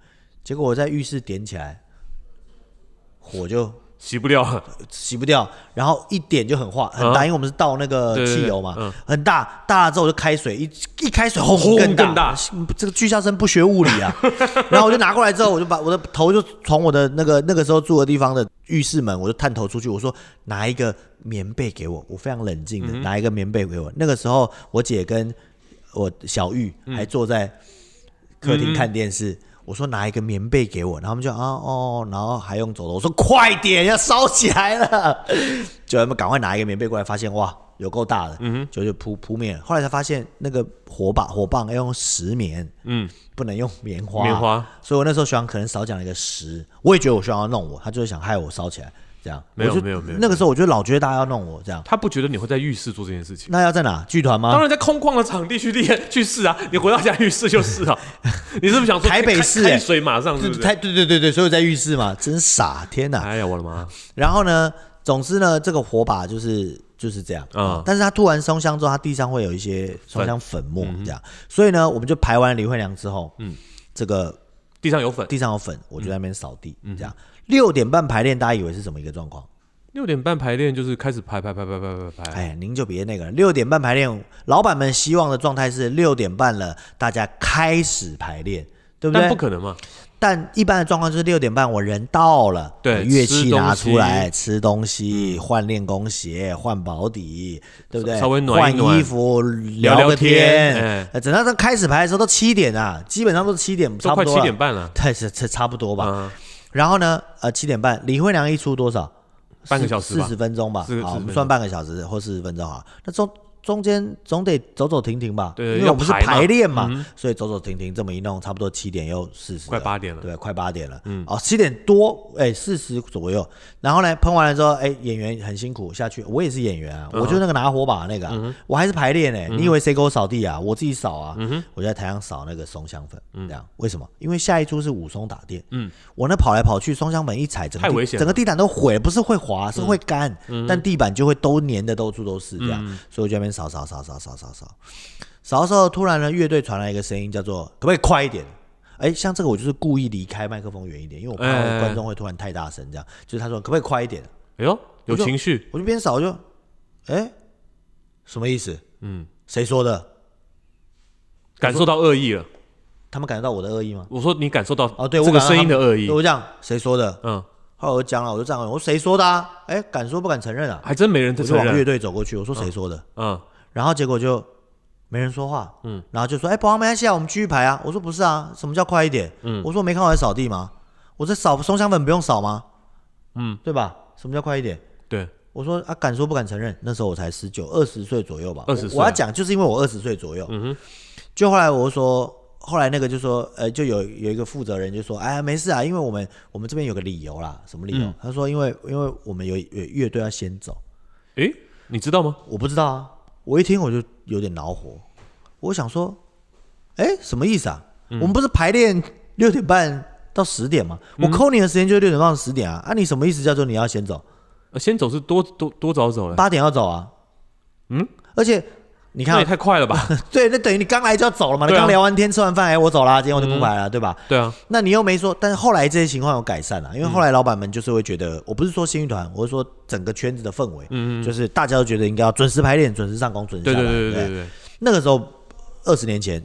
Speaker 2: 结果我在浴室点起来，火就
Speaker 1: 洗不掉了。
Speaker 2: 洗不掉，然后一点就很化很大，因为我们是倒那个
Speaker 1: 啊对对对
Speaker 2: 汽油嘛，
Speaker 1: 嗯
Speaker 2: 很大，大了之后我就开水，一一开水轰
Speaker 1: 轰
Speaker 2: 更
Speaker 1: 更大
Speaker 2: 这个巨校生不学物理 啊。然后我就拿过来之后，我就把我的头就从我的那个那个时候住的地方的浴室门，我就探头出去，我说拿一个棉被给我，我非常冷静的、
Speaker 1: 嗯
Speaker 2: 拿一个棉被给我。那个时候我姐跟我小玉
Speaker 1: 嗯
Speaker 2: 还坐在客厅看电视。我说拿一个棉被给我，然后他们就啊哦，然后还用走的。我说快点，要烧起来了， 就他们赶快拿一个棉被过来，发现哇有够大的，嗯，就就扑扑灭了。后来才发现那个火把火棒要用石棉，
Speaker 1: 嗯，
Speaker 2: 不能用棉花，
Speaker 1: 棉花。
Speaker 2: 所以我那时候学长可能少讲了一个十，我也觉得我学长要弄我，他就是想害我烧起来，这样。
Speaker 1: 没有
Speaker 2: 我就
Speaker 1: 没有没有
Speaker 2: 那个时候我就老觉得大家要弄我这样，
Speaker 1: 他不觉得你会在浴室做这件事情。
Speaker 2: 那要在哪？剧团
Speaker 1: 当
Speaker 2: 吗？
Speaker 1: 然，在空旷的场地去练去试啊！你回到家浴室就是啊。你是不是想说
Speaker 2: 台北
Speaker 1: 开
Speaker 2: 市
Speaker 1: 开
Speaker 2: 欸
Speaker 1: 水马上是
Speaker 2: 对
Speaker 1: 不是？
Speaker 2: 对对对对，所以我在浴室嘛，真傻，天哪！
Speaker 1: 哎呀，我的妈！
Speaker 2: 然后呢，总之呢，这个火把就是就是这样
Speaker 1: 嗯
Speaker 2: 但是它吐完松香之后，它地上会有一些松香粉末这样，所以呢，我们就排完李慧良之后，嗯，这个
Speaker 1: 地上有粉。
Speaker 2: 地上有粉，我就在那边扫地，这样。六点半排练，大家以为是什么一个状况？
Speaker 1: 六点半排练就是开始排排排排排排排。
Speaker 2: 哎，您就别那个了。六点半排练，老板们希望的状态是六点半了，大家开始排练，对不对？
Speaker 1: 但不可能嘛，
Speaker 2: 但一般的状况就是六点半我人到了，
Speaker 1: 对
Speaker 2: 我乐器
Speaker 1: 吃东
Speaker 2: 拿
Speaker 1: 西嗯
Speaker 2: 出来，吃东西，换练功鞋，换保底，对不对？
Speaker 1: 稍微暖一暖
Speaker 2: 换衣服，聊
Speaker 1: 聊
Speaker 2: 个
Speaker 1: 天哎
Speaker 2: 呃等到这开始排的时候都七点啊，基本上都是七点，
Speaker 1: 都
Speaker 2: 差
Speaker 1: 快
Speaker 2: 不多
Speaker 1: 七
Speaker 2: 了
Speaker 1: 点，半了，
Speaker 2: 对，是是差不多吧。
Speaker 1: 嗯，
Speaker 2: 然后呢，呃，七点半，李慧良一出多少？
Speaker 1: 半个小时吧
Speaker 2: 四十分钟吧
Speaker 1: 四。
Speaker 2: 好，
Speaker 1: 40
Speaker 2: 我们算半个小时或四十分钟啊。那中中间总得走走停停吧，
Speaker 1: 对
Speaker 2: 因为我们是
Speaker 1: 要排嘛嗯
Speaker 2: 排练嘛，所以走走停停这么一弄，差不多七点又四十，
Speaker 1: 快八点了
Speaker 2: 对，快八点了，嗯，哦，七点多，哎，四十左右，然后呢，喷完了之后，哎，演员很辛苦下去，我也是演员啊，
Speaker 1: 嗯
Speaker 2: 我就是那个拿火把那个啊、我还是排练呢、你以为谁给我扫地啊？我自己扫
Speaker 1: 嗯
Speaker 2: 啊，我就在台上扫那个松香粉，这样，为什么？因为下一出是武松打店，嗯，我那跑来跑去，松香粉一踩，整个
Speaker 1: 太
Speaker 2: 地
Speaker 1: 危险了嗯
Speaker 2: 整个地毯都毁了，不是会滑，是会干，但地板就会都粘的到处都是这样，
Speaker 1: 嗯
Speaker 2: 所以我就在那边扫扫扫扫扫扫扫，扫的时候突然呢，乐队传来一个声音，叫做可不可以快一点？哎，像这个我就是故意离开麦克风远一点，因为我怕
Speaker 1: 哎哎哎
Speaker 2: 观众会突然太大声，这样，就是他说可不可以快一点？
Speaker 1: 哎呦，有
Speaker 2: 我就
Speaker 1: 情绪，
Speaker 2: 我就边扫我就，哎，什么意思？
Speaker 1: 嗯，
Speaker 2: 谁说的？
Speaker 1: 感受到恶意了。
Speaker 2: 他们感觉到我的恶意吗？
Speaker 1: 我说你感受到
Speaker 2: 哦，对，我
Speaker 1: 这个
Speaker 2: 感到
Speaker 1: 声音
Speaker 2: 他
Speaker 1: 的
Speaker 2: 们
Speaker 1: 恶意
Speaker 2: 对，我讲谁说的？
Speaker 1: 嗯，
Speaker 2: 后来我就讲了，我就这样，我说谁说的啊？哎，敢说不敢承认啊？
Speaker 1: 还真没人
Speaker 2: 我
Speaker 1: 在
Speaker 2: 就
Speaker 1: 承
Speaker 2: 往乐
Speaker 1: 认，
Speaker 2: 队走过去，我说谁说的？
Speaker 1: 嗯，
Speaker 2: 然后结果就没人说话，嗯，然后就说，哎、保安没关系啊，我们继续排啊。我说不是啊，什么叫快一点？嗯，我说没看我在扫地吗？我在扫松香粉不用扫吗？嗯，对吧？什么叫快一点？
Speaker 1: 对，
Speaker 2: 我说啊，敢说不敢承认，那时候我才十九二十岁左右吧。
Speaker 1: 20岁
Speaker 2: 我我要讲就是因为我二十岁左右。嗯哼，就后来我说，后来那个就说，呃，就有有一个负责人就说，哎呀，没事啊，因为我们我们这边有个理由啦，什么理由？他说因为因为我们有有乐队要先走，
Speaker 1: 诶，你知道吗？
Speaker 2: 我不知道啊，我一听我就有点恼火，我想说，哎、什么意思啊？
Speaker 1: 嗯
Speaker 2: 我们不是排练六点半到十点吗？
Speaker 1: 嗯
Speaker 2: 我扣你的时间就是六点半到十点啊，啊，你什么意思叫做你要先走？
Speaker 1: 呃先走是多多多早走了，
Speaker 2: 八点要走啊？嗯，而且你看
Speaker 1: 那也
Speaker 2: 啊，
Speaker 1: 太快了吧？
Speaker 2: 对，那等于你刚来就要走了嘛，你
Speaker 1: 对啊嗯
Speaker 2: 刚聊完天吃完饭，哎、我走啦，今天我就不排了，对吧？
Speaker 1: 对啊，
Speaker 2: 那你又没说，但是后来这些情况有改善啊了，因为后来老板们就是会觉得，我不是说新乐团，我是说整个圈子的氛围，嗯就是大家都觉得应该要准时排练、准时上工、准时
Speaker 1: 对
Speaker 2: 下
Speaker 1: 对
Speaker 2: 班，
Speaker 1: 对
Speaker 2: 不
Speaker 1: 对对对，
Speaker 2: 那个时候二十年前，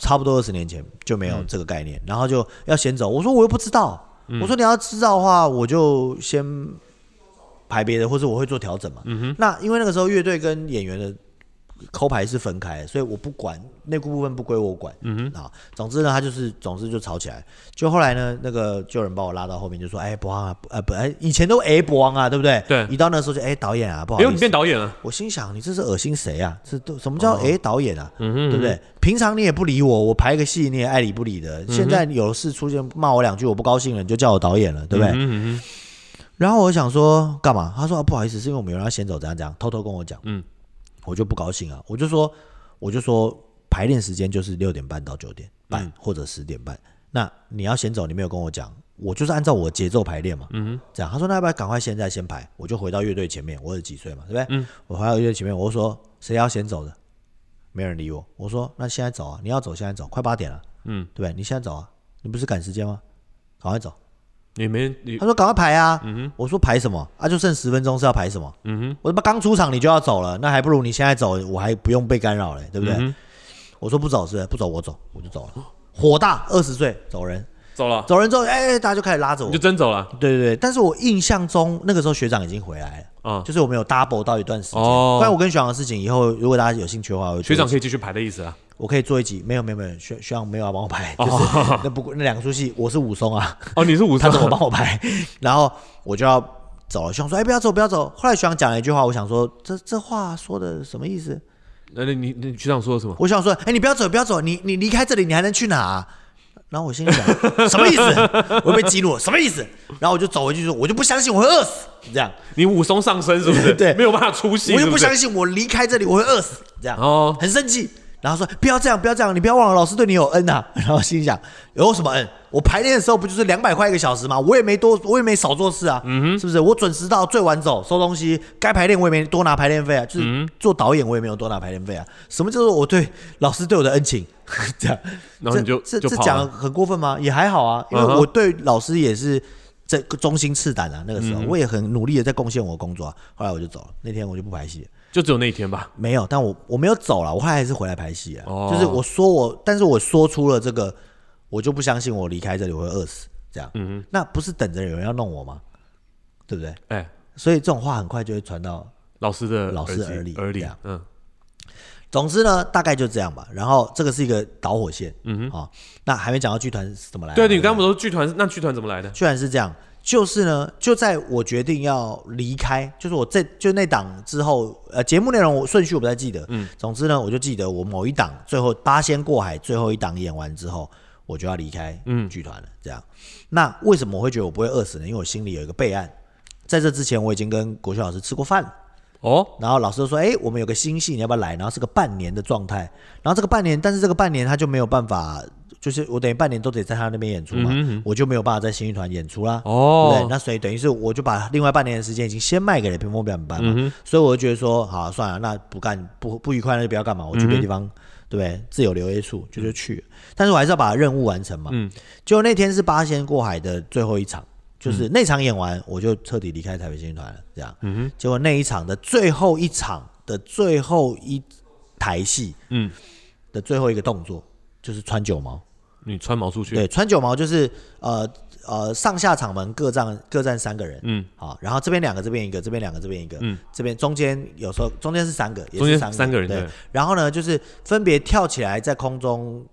Speaker 2: 差不多二十年前就没有这个概念，然后就要先走。我说我又不知道，我说你要知道的话，我就先排别的，或者我会做调整嘛。那因为那个时候乐队跟演员的。抠牌是分开的，所以我不管内部部分不归我管。嗯哼，啊，总之呢，他就是总之就吵起来。就后来呢，那个就有人把我拉到后面，就说：“哎，博昂啊，呃，不，哎，以前都哎博昂啊，对不对？
Speaker 1: 对
Speaker 2: 一到那时候就哎导演啊，不好
Speaker 1: 哎
Speaker 2: 意
Speaker 1: 呦，
Speaker 2: 思，
Speaker 1: 你变导演了，
Speaker 2: 我心想，你这是恶心谁啊？这都什么叫诶导演啊？对不对？平常你也不理我，我排个戏你也爱理不理的。现在有事出现骂我两句，我不高兴了，你就叫我导演了，对不对？
Speaker 1: 嗯嗯嗯，
Speaker 2: 然后我想说干嘛？他说、啊、不好意思，是因为我们有人要先走，怎样怎样，偷偷跟我讲。
Speaker 1: 嗯，
Speaker 2: 我就不高兴啊，我就说我就说排练时间就是六点半到九点半、或者十点半。那你要先走，你没有跟我讲，我就是按照我节奏排练嘛。嗯，这样他说那要不要赶快现在先排？我就回到乐队前面，我二十几岁嘛，对不对？嗯，我回到乐队前面，我就说谁要先走的？没有人理我。我说那现在走啊，你要走现在走，快八点了。
Speaker 1: 嗯，
Speaker 2: 对不对？你现在走啊，你不是赶时间吗？赶快走。
Speaker 1: 你没人你
Speaker 2: 他说赶快排啊，
Speaker 1: 嗯
Speaker 2: 我说排什么啊？就剩十分钟是要排什么？我他妈刚出场你就要走了，那还不如你现在走，我还不用被干扰嘞，对不对？
Speaker 1: 嗯
Speaker 2: 我说不走是不是不走，我走我就走了，火大，二十岁走人，
Speaker 1: 走了，
Speaker 2: 走人之后，哎、大家就开始拉着我
Speaker 1: 你就，真走了
Speaker 2: 对对对，但是我印象中那个时候学长已经回来了。
Speaker 1: 啊？
Speaker 2: 就是我们有 double 到一段时间，
Speaker 1: 哦
Speaker 2: 不然我跟学长的事情以后，如果大家有兴趣的话，我会做
Speaker 1: 学
Speaker 2: 一
Speaker 1: 长可以继续排的意思啊？
Speaker 2: 我可以做一集，没有没有没有，学学长没有要帮我拍，就是、 那不那两个出戏，我是武松啊，
Speaker 1: 哦，你是武
Speaker 2: 他
Speaker 1: 松
Speaker 2: 怎， 么帮我拍？然后我就要走了，学长说：“哎，不要走，不要走。”后来学长讲了一句话，我想说这这话说的什么意思？
Speaker 1: 那你你你学长说了什么？
Speaker 2: 我想说：“哎，你不要走，不要走，你你离开这里，你还能去哪、然后我心里 想，什么意思？我被激怒了，什么意思？然后我就走回去说，我就不相信我会饿死，这样，
Speaker 1: 你武松上身是不是？
Speaker 2: 对
Speaker 1: 没有办法出戏，
Speaker 2: 我就
Speaker 1: 对
Speaker 2: 不
Speaker 1: 不
Speaker 2: 相
Speaker 1: 对？
Speaker 2: 信我离开这里我会饿死，这样，
Speaker 1: 哦
Speaker 2: 很生气。然后说不要这样，不要这样，你不要忘了老师对你有恩呐、啊 然后心里想有什么恩？我排练的时候不就是两百块一个小时吗？我也没多，我也没少做事啊，
Speaker 1: 嗯
Speaker 2: 是不是？我准时到，最晚走，收东西，该排练我也没多拿排练费啊，
Speaker 1: 嗯
Speaker 2: 就是做导演我也没有多拿排练费啊。什么叫做我对老师对我的恩情？ 这样，
Speaker 1: 然后你就
Speaker 2: 这
Speaker 1: 就
Speaker 2: 这这
Speaker 1: 跑了
Speaker 2: 讲很过分吗？也还好啊，因为
Speaker 1: 嗯哼
Speaker 2: 我对老师也是这个忠心赤胆啊。那个时候
Speaker 1: 嗯
Speaker 2: 我也很努力的在贡献我的工作啊。后来我就走了，那天我就不排戏了。
Speaker 1: 就只有那一天吧。
Speaker 2: 没有，但我我没有走了，我后来还是回来拍戏啊。
Speaker 1: 哦
Speaker 2: 就是我说我，但是我说出了这个，我就不相信我离开这里我会饿死，这样。嗯那不是等着有人要弄我吗？对不对？
Speaker 1: 哎，
Speaker 2: 所以这种话很快就会传到。
Speaker 1: 老师的
Speaker 2: 老师
Speaker 1: 耳
Speaker 2: 耳
Speaker 1: 机
Speaker 2: 里
Speaker 1: 耳
Speaker 2: 这
Speaker 1: 里
Speaker 2: 样，
Speaker 1: 嗯，
Speaker 2: 总之呢，大概就这样吧。然后这个是一个导火哦线，嗯哼，好、那还没讲到剧团是怎么来的。
Speaker 1: 对啊，
Speaker 2: 对
Speaker 1: 你
Speaker 2: 不对
Speaker 1: 刚刚不是说剧团，那剧团怎么来的？
Speaker 2: 居然是这样。就是呢，就在我决定要离开，就是我这就那档之后，呃，节目内容我顺序我不太记得，嗯，总之呢，我就记得我某一档最后八仙过海最后一档演完之后，我就要离开嗯剧团了，这样。那为什么我会觉得我不会饿死呢？因为我心里有一个备案，在这之前我已经跟国学老师吃过饭了。
Speaker 1: 哦，
Speaker 2: 然后老师就说：“哎、我们有个新戏，你要不要来？”然后是个半年的状态，然后这个半年，但是这个半年他就没有办法，就是我等于半年都得在他那边演出嘛，我就没有办法在新剧团演出啦。
Speaker 1: 哦
Speaker 2: 对不对，那所以等于是我就把另外半年的时间已经先卖给了屏风表演班嘛，所以我就觉得说，好算了，那不干不不愉快那就不要干嘛，我去别的地方，对不对？自有留 A 处，就就去了，但是我还是要把任务完成嘛。嗯，就那天是八仙过海的最后一场。就是那场演完，我就彻底离开台北新剧团了，这样。嗯结果那一场的最后一场的最后一台戏，
Speaker 1: 嗯，
Speaker 2: 的最后一个动作就是穿九毛。
Speaker 1: 你穿毛出去，
Speaker 2: 对，穿九毛就是呃呃上下场门各站各站三个人，
Speaker 1: 嗯，
Speaker 2: 好，然后这边两个，这边一个，这边两个，这边一个，嗯，这边中间有时候中间是三个，也
Speaker 1: 中间
Speaker 2: 是三
Speaker 1: 三个人
Speaker 2: 对
Speaker 1: 对。
Speaker 2: 然后呢，就是分别跳起来在空中。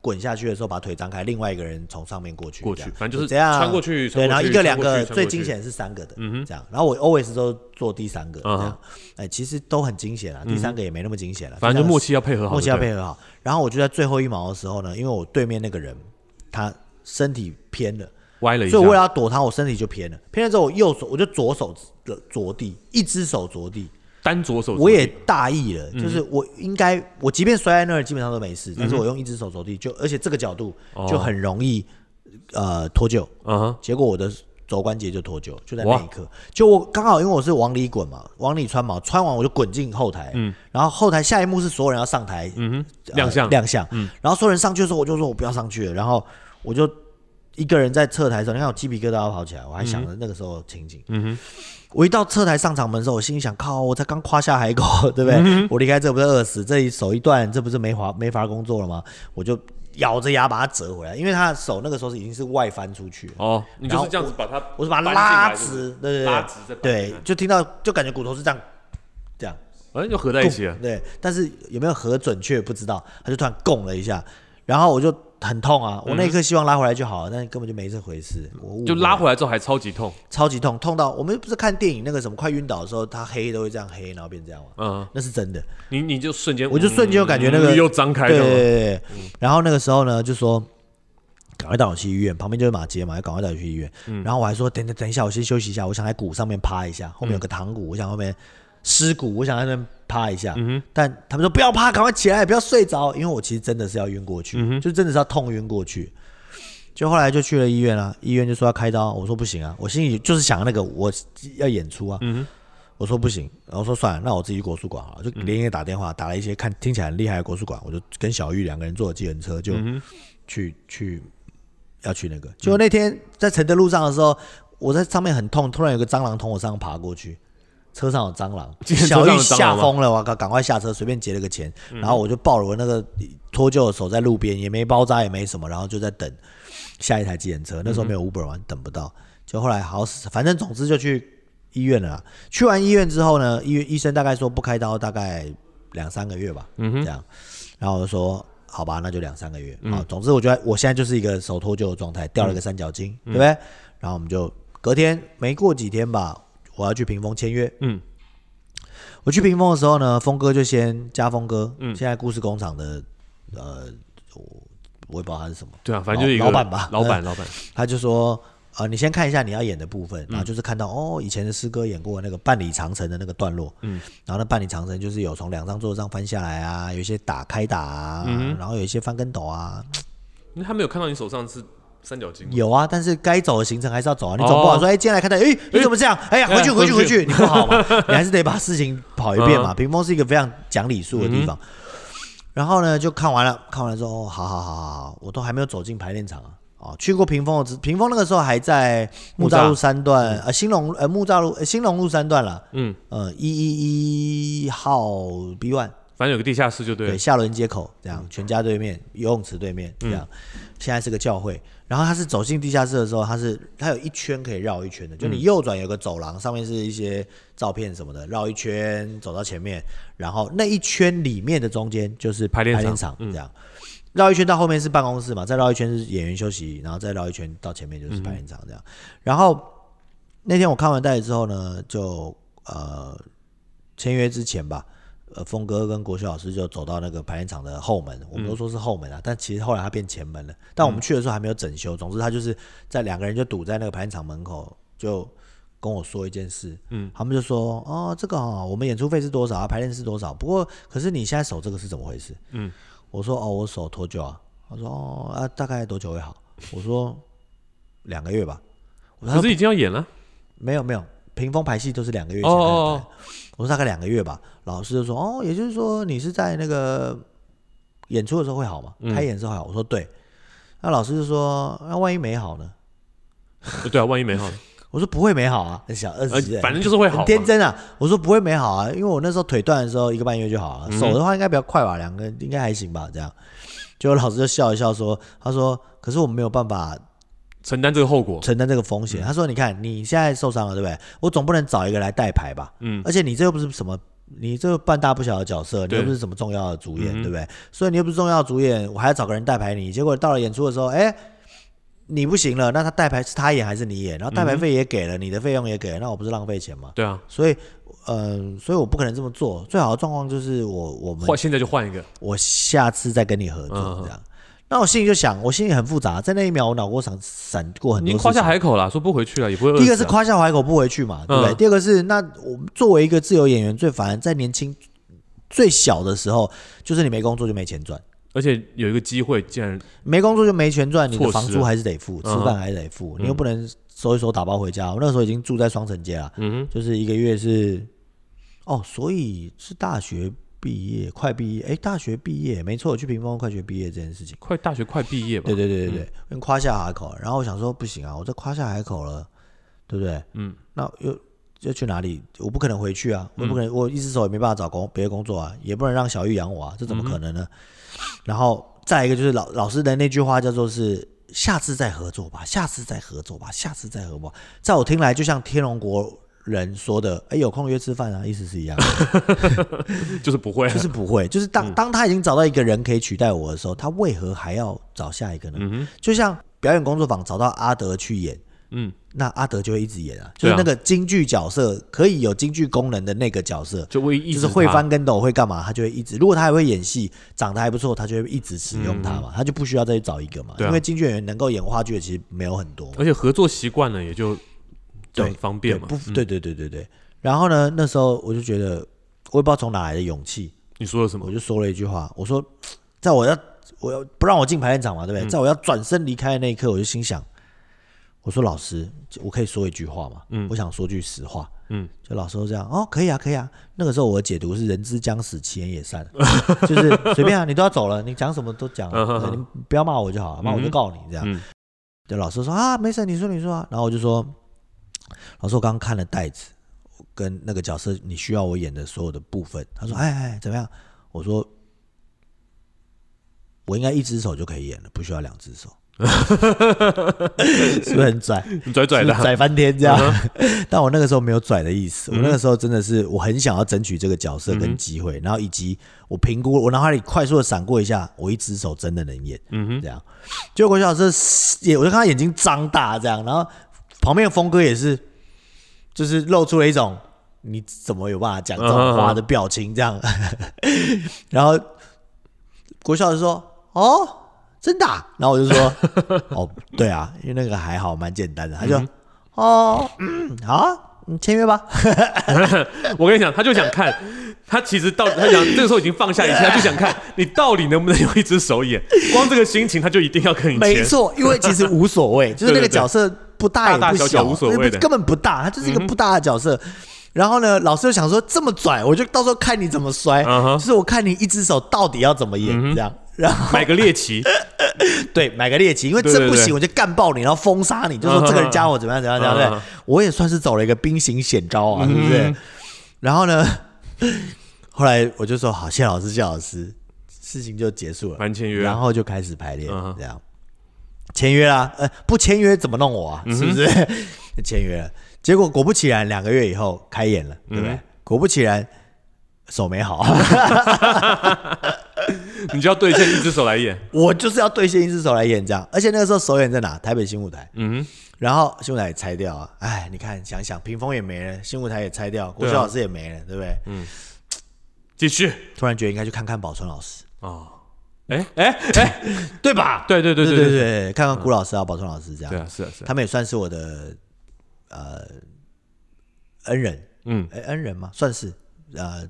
Speaker 2: 滚下去的时候，把腿张开，另外一个人从上面过去，
Speaker 1: 过去
Speaker 2: 这样
Speaker 1: 反正就是
Speaker 2: 这样
Speaker 1: 穿过去穿过去
Speaker 2: 对，然后一个两
Speaker 1: 穿
Speaker 2: 个，
Speaker 1: 过去
Speaker 2: 最惊险是三个的，
Speaker 1: 嗯哼
Speaker 2: 这样。然后我 always 都做第三个，这
Speaker 1: 嗯哼嗯
Speaker 2: 样，哎，其实都很惊险啊，第三个也没那么惊险了，
Speaker 1: 反正就默契要配合好，
Speaker 2: 默契要配
Speaker 1: 合。
Speaker 2: 合好。然后我就在最后一毛的时候呢，因为我对面那个人他身体偏了，
Speaker 1: 歪了一下，
Speaker 2: 所以为了要躲他，我身体就偏了。偏了之后，我右手我就左手着地，一只手着地，
Speaker 1: 单左手，
Speaker 2: 我也大意了，
Speaker 1: 嗯
Speaker 2: 就是我应该我即便摔在那儿，基本上都没事，但是我用一只手着地，就而且这个角度
Speaker 1: 哦
Speaker 2: 就很容易、呃脱臼。
Speaker 1: 嗯哼，
Speaker 2: 结果我的肘关节就脱臼，就在那一刻，就我刚好因为我是往里滚嘛，往里穿嘛，穿完我就滚进后台，
Speaker 1: 嗯
Speaker 2: 然后后台下一幕是所有人要上台，嗯
Speaker 1: 亮相
Speaker 2: 亮相，然后所有人上去的时候，我就说我不要上去了，然后我就一个人在侧台的时候，你看我鸡皮疙瘩要跑起来，我还想着那个时候的情景，嗯我一到侧台上场门的时候，我心里想：靠，我才刚夸下海口，
Speaker 1: 嗯
Speaker 2: 对不对？我离开这不是饿死，这一手一断，这不是没法没法工作了吗？我就咬着牙把它折回来，因为他的手那个时候是已经是外翻出去了，
Speaker 1: 哦，你就
Speaker 2: 然
Speaker 1: 是
Speaker 2: 后
Speaker 1: 这样子把它，
Speaker 2: 我是把它
Speaker 1: 搬进
Speaker 2: 拉
Speaker 1: 来
Speaker 2: 直
Speaker 1: 是，不是
Speaker 2: 对对对，
Speaker 1: 拉直再搬进
Speaker 2: 对
Speaker 1: 来，
Speaker 2: 就听到就感觉骨头是这样，这样
Speaker 1: 哎，就合在一起了。
Speaker 2: 对，但是有没有合准确不知道，他就突然拱了一下，然后我就很痛啊，我那一刻希望拉回来就好了，但根本就没这回事，我
Speaker 1: 嗯
Speaker 2: 误
Speaker 1: 就
Speaker 2: 会
Speaker 1: 拉
Speaker 2: 了
Speaker 1: 回来之后还超级痛，
Speaker 2: 超级痛，痛到我们不是看电影那个什么快晕倒的时候，他黑都会这样黑，然后变这样吗？
Speaker 1: 嗯，
Speaker 2: 那是真的，
Speaker 1: 你你就瞬间，
Speaker 2: 我就瞬间就感觉那
Speaker 1: 嗯
Speaker 2: 个
Speaker 1: 又张开
Speaker 2: 对
Speaker 1: 了嗯
Speaker 2: 对
Speaker 1: 嘛，
Speaker 2: 对对然后那个时候呢，就说赶快带我去医院，旁边就是马街嘛，要赶快带我去医院。
Speaker 1: 嗯
Speaker 2: 然后我还说等等等一下，我先休息一下，我想在鼓上面趴一下，后面有个堂鼓，我想后面尸骨，我想在那边趴一下。
Speaker 1: 嗯
Speaker 2: 但他们说不要趴，赶快起来，不要睡着，因为我其实真的是要晕过去，
Speaker 1: 嗯
Speaker 2: 就真的是要痛晕过去。就后来就去了医院啊，医院就说要开刀，我说不行啊，我心里就是想那个我要演出啊，我说不行，然后说算了，那我自己去国术馆好了，就
Speaker 1: 嗯
Speaker 2: 连夜打电话、打了一些看听起来很厉害的国术馆，我就跟小玉两个人坐计程车就
Speaker 1: 嗯
Speaker 2: 去、去要去那个，结果那天在承德路上的时候，我在上面很痛，突然有个蟑螂从我身上爬过去。车上有蟑螂，
Speaker 1: 计程车
Speaker 2: 小
Speaker 1: 上有
Speaker 2: 玉
Speaker 1: 蟑
Speaker 2: 吓
Speaker 1: 螂吗嗯
Speaker 2: 疯了，我靠，赶快下车，随便结了个钱，然后我就抱了我那个脱臼的手在路边，也没包扎，也没什么，然后就在等下一台计程车。那时候没
Speaker 1: 嗯
Speaker 2: 有 Uber 玩，等不到。就后来好死，反正总之就去医院了啦。去完医院之后呢，医医生大概说不开刀，大概两三个月吧，这样。然后我就说。好吧，那就两三个月。好，总之我觉得我现在就是一个手脱臼的状态，掉了个三角筋，对不对？然后我们就隔天没过几天吧，我要去屏风签约。
Speaker 1: 嗯，
Speaker 2: 我去屏风的时候呢，峰哥就先加峰哥，现在故事工厂的呃，我我也不知道他是什么，
Speaker 1: 对啊，反正就是一个
Speaker 2: 老老板吧嗯
Speaker 1: 老板老板，
Speaker 2: 他就说。呃，你先看一下你要演的部分，然后就是看到、哦，以前的师哥演过那个半里长城的那个段落，嗯，然后那半里长城就是有从两张桌子上翻下来啊，有一些打开打啊，然后有一些翻跟斗啊，
Speaker 1: 因为他没有看到你手上是三角巾吗，
Speaker 2: 有啊，但是该走的行程还是要走啊，你
Speaker 1: 哦
Speaker 2: 总不好说，哎、今天来看到，哎、你怎么这样？哎呀，
Speaker 1: 哎
Speaker 2: 回去
Speaker 1: 回去
Speaker 2: 回去回去，嗯你不好 嘛，你还是得把事情跑一遍嘛。屏风是一个非常讲礼数的地方，然后呢，就看完了，看完了之后，哦好好好好好，我都还没有走进排练场啊。哦，去过屏风，我只屏风那个时候还在木栅路三段，呃，兴隆呃木栅路呃兴隆路三段了，
Speaker 1: 嗯，
Speaker 2: 呃一一一号 B one，
Speaker 1: 反正有个地下室就对
Speaker 2: 对，
Speaker 1: 了，
Speaker 2: 下轮街口这样，全家对面游泳池对面这样，现在是个教会。然后它是走进地下室的时候，它是它有一圈可以绕一圈的，就你右转有个走廊，上面是一些照片什么的，绕一圈走到前面，然后那一圈里面的中间就是
Speaker 1: 排练场嗯
Speaker 2: 场这样。绕一圈到后
Speaker 1: 嗯
Speaker 2: 面是办公室嘛，再绕一圈是演员休息，然后再绕一圈到前面就是排练场这样。然后那天我看完袋子之后呢，就呃签约之前吧，呃，峰哥跟国学老师就走到那个排练场的后门，我
Speaker 1: 嗯
Speaker 2: 们都说是后门啊，但其实后来它变前门了。但我们去的时候还没有整修，总之他就是在两个人就堵在那个排练场门口，就跟我说一件事，嗯，他们就说哦，这个哦，我们演出费是多少啊，排练是多少？不过可是你现在手这个是怎么回事？嗯，我说哦，我手脱臼啊。他说哦啊，大概多久会好？我说两个月吧。我说
Speaker 1: 可是已经要演了，
Speaker 2: 没有没有，屏风排戏都是两个月
Speaker 1: 哦
Speaker 2: 前的。
Speaker 1: 哦
Speaker 2: 我说大概两个月吧。老师就说哦，也就是说你是在那个演出的时候会好吗？
Speaker 1: 嗯
Speaker 2: 开演的时候会好？我说对。那老师就说那、万一没好呢？
Speaker 1: 哦，对啊，万一 没好呢，
Speaker 2: 我说不会没好啊，很小二
Speaker 1: 呃
Speaker 2: 十岁，，
Speaker 1: 反正就是会好嗯
Speaker 2: 很
Speaker 1: 嘛。
Speaker 2: 天真啊。我说不会没好啊，因为我那时候腿断的时候一个半月就好了，手的话应该比较快吧，两个应该还行吧，这样。结果老师就笑一笑说，他说可是我们没有办法
Speaker 1: 承担这个后果。
Speaker 2: 承担这个风
Speaker 1: 嗯
Speaker 2: 险。他说：“你看，你现在受伤了，对不对？我总不能找一个来代牌吧？
Speaker 1: 嗯，
Speaker 2: 而且你这又不是什么，你这半大不小的角色，你
Speaker 1: 对嗯
Speaker 2: 又不是什么重要的主演，对不对？所以你又不是重要的主演，我还要找个人代牌你。结果到了演出的时候，哎，你不行了，那他代牌是他演还是你演？然后代
Speaker 1: 嗯
Speaker 2: 牌费也给了，你的费用也给了，那我不是浪费钱吗？
Speaker 1: 对啊，
Speaker 2: 所以，嗯、所以我不可能这么做。最好的状况就是我我们
Speaker 1: 换现在就换一个。
Speaker 2: 我下次再跟你合
Speaker 1: 嗯
Speaker 2: 作
Speaker 1: 嗯
Speaker 2: 这样。”那我心里就想，我心里很复杂，在那一秒我脑锅闪闪过很多
Speaker 1: 您
Speaker 2: 事
Speaker 1: 夸
Speaker 2: 情
Speaker 1: 下海口啦，说不回去了，也不会饿死啊。
Speaker 2: 第一个是夸下海口不回去嘛，对不对？
Speaker 1: 嗯
Speaker 2: 第二个是那我们作为一个自由演员，最烦在年轻最小的时候，就是你没工作就没钱赚，
Speaker 1: 而且有一个机会，竟然
Speaker 2: 没工作就没钱赚，你的
Speaker 1: 错失啊
Speaker 2: 房租还是得付，吃
Speaker 1: 嗯
Speaker 2: 饭还是得付，你又不能收一收打包回家。我那时候已经住在双城街了，
Speaker 1: 嗯
Speaker 2: 就是一个月是哦，所以是大学毕业快毕业，哎，大学毕业没错，去屏风快学毕业这件事情。
Speaker 1: 快大学快毕业吧？
Speaker 2: 对对对对对，因为夸下海口，然后我想说不行啊，我这夸下海口了，对不对？嗯，那又又去哪里？我不可能回去啊，我不可能，我一只手也没办法找工别的工作啊，也不能让小玉养我啊，这怎么可能呢？然后再一个就是老老师的那句话叫做是。下次再合作吧，下次再合作吧，下次再合作吧。在我听来，就像天龙国人说的，哎，有空约吃饭啊，意思是一样的。
Speaker 1: 就是不会啊。
Speaker 2: 就是不会，就是当当他已经找到一个人可以取代我的时候，他为何还要找下一个呢？就像表演工作坊找到阿德去演，
Speaker 1: 嗯，
Speaker 2: 那阿德就会一直演啊，就
Speaker 1: 对啊
Speaker 2: 是那个京剧角色可以有京剧功能的那个角色，
Speaker 1: 就会一
Speaker 2: 就
Speaker 1: 直嗯
Speaker 2: 是会翻跟斗会干嘛，他就会一直。如果他还会演戏，长得还不错，他就会一直使用他嘛，他就不需要再去找一个嘛，
Speaker 1: 嗯对啊
Speaker 2: 因为京剧演员能够演话剧的其实没有很多嘛
Speaker 1: 他，而且合作习惯了，也就这样方便嘛。
Speaker 2: 对不，对对对对对。然后呢，那时候我就觉得，我也不知道从哪来的勇气，
Speaker 1: 你说了什么
Speaker 2: 我？就说了一句话，我说，在我要我要不让我进排练场嘛，对不
Speaker 1: 嗯
Speaker 2: 对？在我要转身离开的那一刻，我就心想，我说老师，我可以说一句话嘛？嗯，我想说句实话。
Speaker 1: 嗯，
Speaker 2: 就老师都这样，哦，可以啊，可以啊。那个时候我的解读是“人之将死，其言也善”，就是随便啊，你都要走了，你讲什么都讲
Speaker 1: 嗯
Speaker 2: 啊，
Speaker 1: 哼哼
Speaker 2: 对你不要骂我就好啊了，骂我就
Speaker 1: 嗯
Speaker 2: 告你这样。
Speaker 1: 嗯
Speaker 2: 对，老师说啊，没事，你说你说啊。然后我就说，老师，我刚刚看了袋子跟那个角色，你需要我演的所有的部分。他说，哎哎，怎么样？我说，我应该一只手就可以演了，不需要两只手。 是不是很嗯拽？
Speaker 1: 拽拽的
Speaker 2: 是不是
Speaker 1: 啊，
Speaker 2: 拽翻天这样。 但我那个时候没有拽的意思，我那个时候真的是我很想要争取这个角色跟机会，然后以及我评估，我脑海里快速的闪过一下，我一只手真的能演，嗯，这样。结果国小老师也，我就看他眼睛张大这样，然后旁边的峰哥也是，就是露出了一种你怎么有办法讲这种话的表情这样， 然后国小就说：“哦，真的啊、然后我就说：“哦，对啊，因为那个还好，蛮简单的。”他就：“哦，嗯，好啊，你签约吧。
Speaker 1: 我跟你讲，他就想看，他其实到他想这个时候已经放下一切，他就想 看你到底能不能用一只手演， 光这个心情他就一定要跟你”
Speaker 2: 没
Speaker 1: 签。
Speaker 2: 错，因为其实无所 谓，就是那个角色不大也
Speaker 1: 大大
Speaker 2: 不
Speaker 1: 小小无所谓的嗯
Speaker 2: 根本不大，他就是一个不大的角色。然后呢，老师就想说这么拽，我就到时候看你怎么摔
Speaker 1: 嗯哼嗯
Speaker 2: 就是我看你一只手到底要怎么演、这样。然后
Speaker 1: 买个猎奇，
Speaker 2: 对，买个猎奇，因为
Speaker 1: 对
Speaker 2: 这不
Speaker 1: 对对
Speaker 2: 行，我就干爆你，然后封杀你，就说这个人家伙怎么样怎么样怎么样，对不
Speaker 1: 嗯
Speaker 2: 对，我也算是走了一个兵行险招啊，是不是？然后呢， 后来我就说好，谢老师，谢老师，事情就结束了，
Speaker 1: 蛮签约
Speaker 2: 然后就开始排练
Speaker 1: 嗯哼，
Speaker 2: 这样签约啦，呃，不签约怎么弄我
Speaker 1: 嗯
Speaker 2: 啊？是不 是？签约了，结果果不其然，两个月以后开演
Speaker 1: 嗯
Speaker 2: 了，对不对？果不其然，手没好。
Speaker 1: 你就要对称一只手来演。
Speaker 2: 我就是要兑现一只手来演这样。而且那个时候首演在哪？台北新舞台。
Speaker 1: 嗯
Speaker 2: 然后新舞台也拆掉啊，哎，你看想想，屏风也没了，新舞台也拆掉，国
Speaker 1: 对啊
Speaker 2: 秀老师也没了，对不对？
Speaker 1: 啊哼，继续
Speaker 2: 突然觉得应该去看看宝春老师，
Speaker 1: 哦。哎哎 哎，
Speaker 2: 对吧？
Speaker 1: 对对对
Speaker 2: 对
Speaker 1: 对
Speaker 2: 对对，看看古老师啊，宝春老师这
Speaker 1: 对
Speaker 2: 样，
Speaker 1: 啊，是啊是啊，
Speaker 2: 他们也算是我的呃恩人，
Speaker 1: 嗯，
Speaker 2: 哎，恩人吗？算是呃，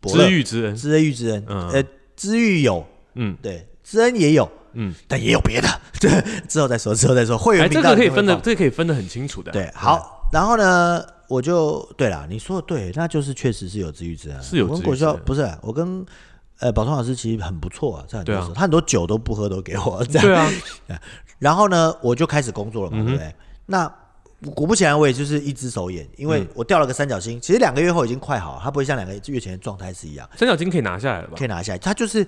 Speaker 2: 伯乐
Speaker 1: 知遇之恩，
Speaker 2: 知遇之恩，
Speaker 1: 嗯
Speaker 2: 呃，知遇有，
Speaker 1: 嗯，
Speaker 2: 对，知恩也有，
Speaker 1: 嗯，
Speaker 2: 但也有别的， 这之后再说，之后再说，会
Speaker 1: 哎，
Speaker 2: 员
Speaker 1: 这
Speaker 2: 频道
Speaker 1: 个可以
Speaker 2: 里面会
Speaker 1: 分的，嗯
Speaker 2: 放
Speaker 1: 这个可以分的很啊清楚的。
Speaker 2: 对，好，然后呢，我就对啦，你说的对，那就是确实是有知遇之恩，啊
Speaker 1: 是有
Speaker 2: 我跟
Speaker 1: 知遇
Speaker 2: 国
Speaker 1: 之
Speaker 2: 校
Speaker 1: 恩
Speaker 2: 不是我跟。呃，宝川老师其实很不错啊，在很多
Speaker 1: 对啊
Speaker 2: 时候，他很多酒都不喝，都给我 这样。
Speaker 1: 对啊，嗯
Speaker 2: 然后呢，我就开始工作了嘛，对不对？那果不其然，我也就是一只手演，因
Speaker 1: 嗯
Speaker 2: 为我掉了个三角星。其实两个月后已经快好了，它不会像两个月前的状态是一样，
Speaker 1: 三角巾可以拿下来了吧
Speaker 2: 可？以拿下来。它就是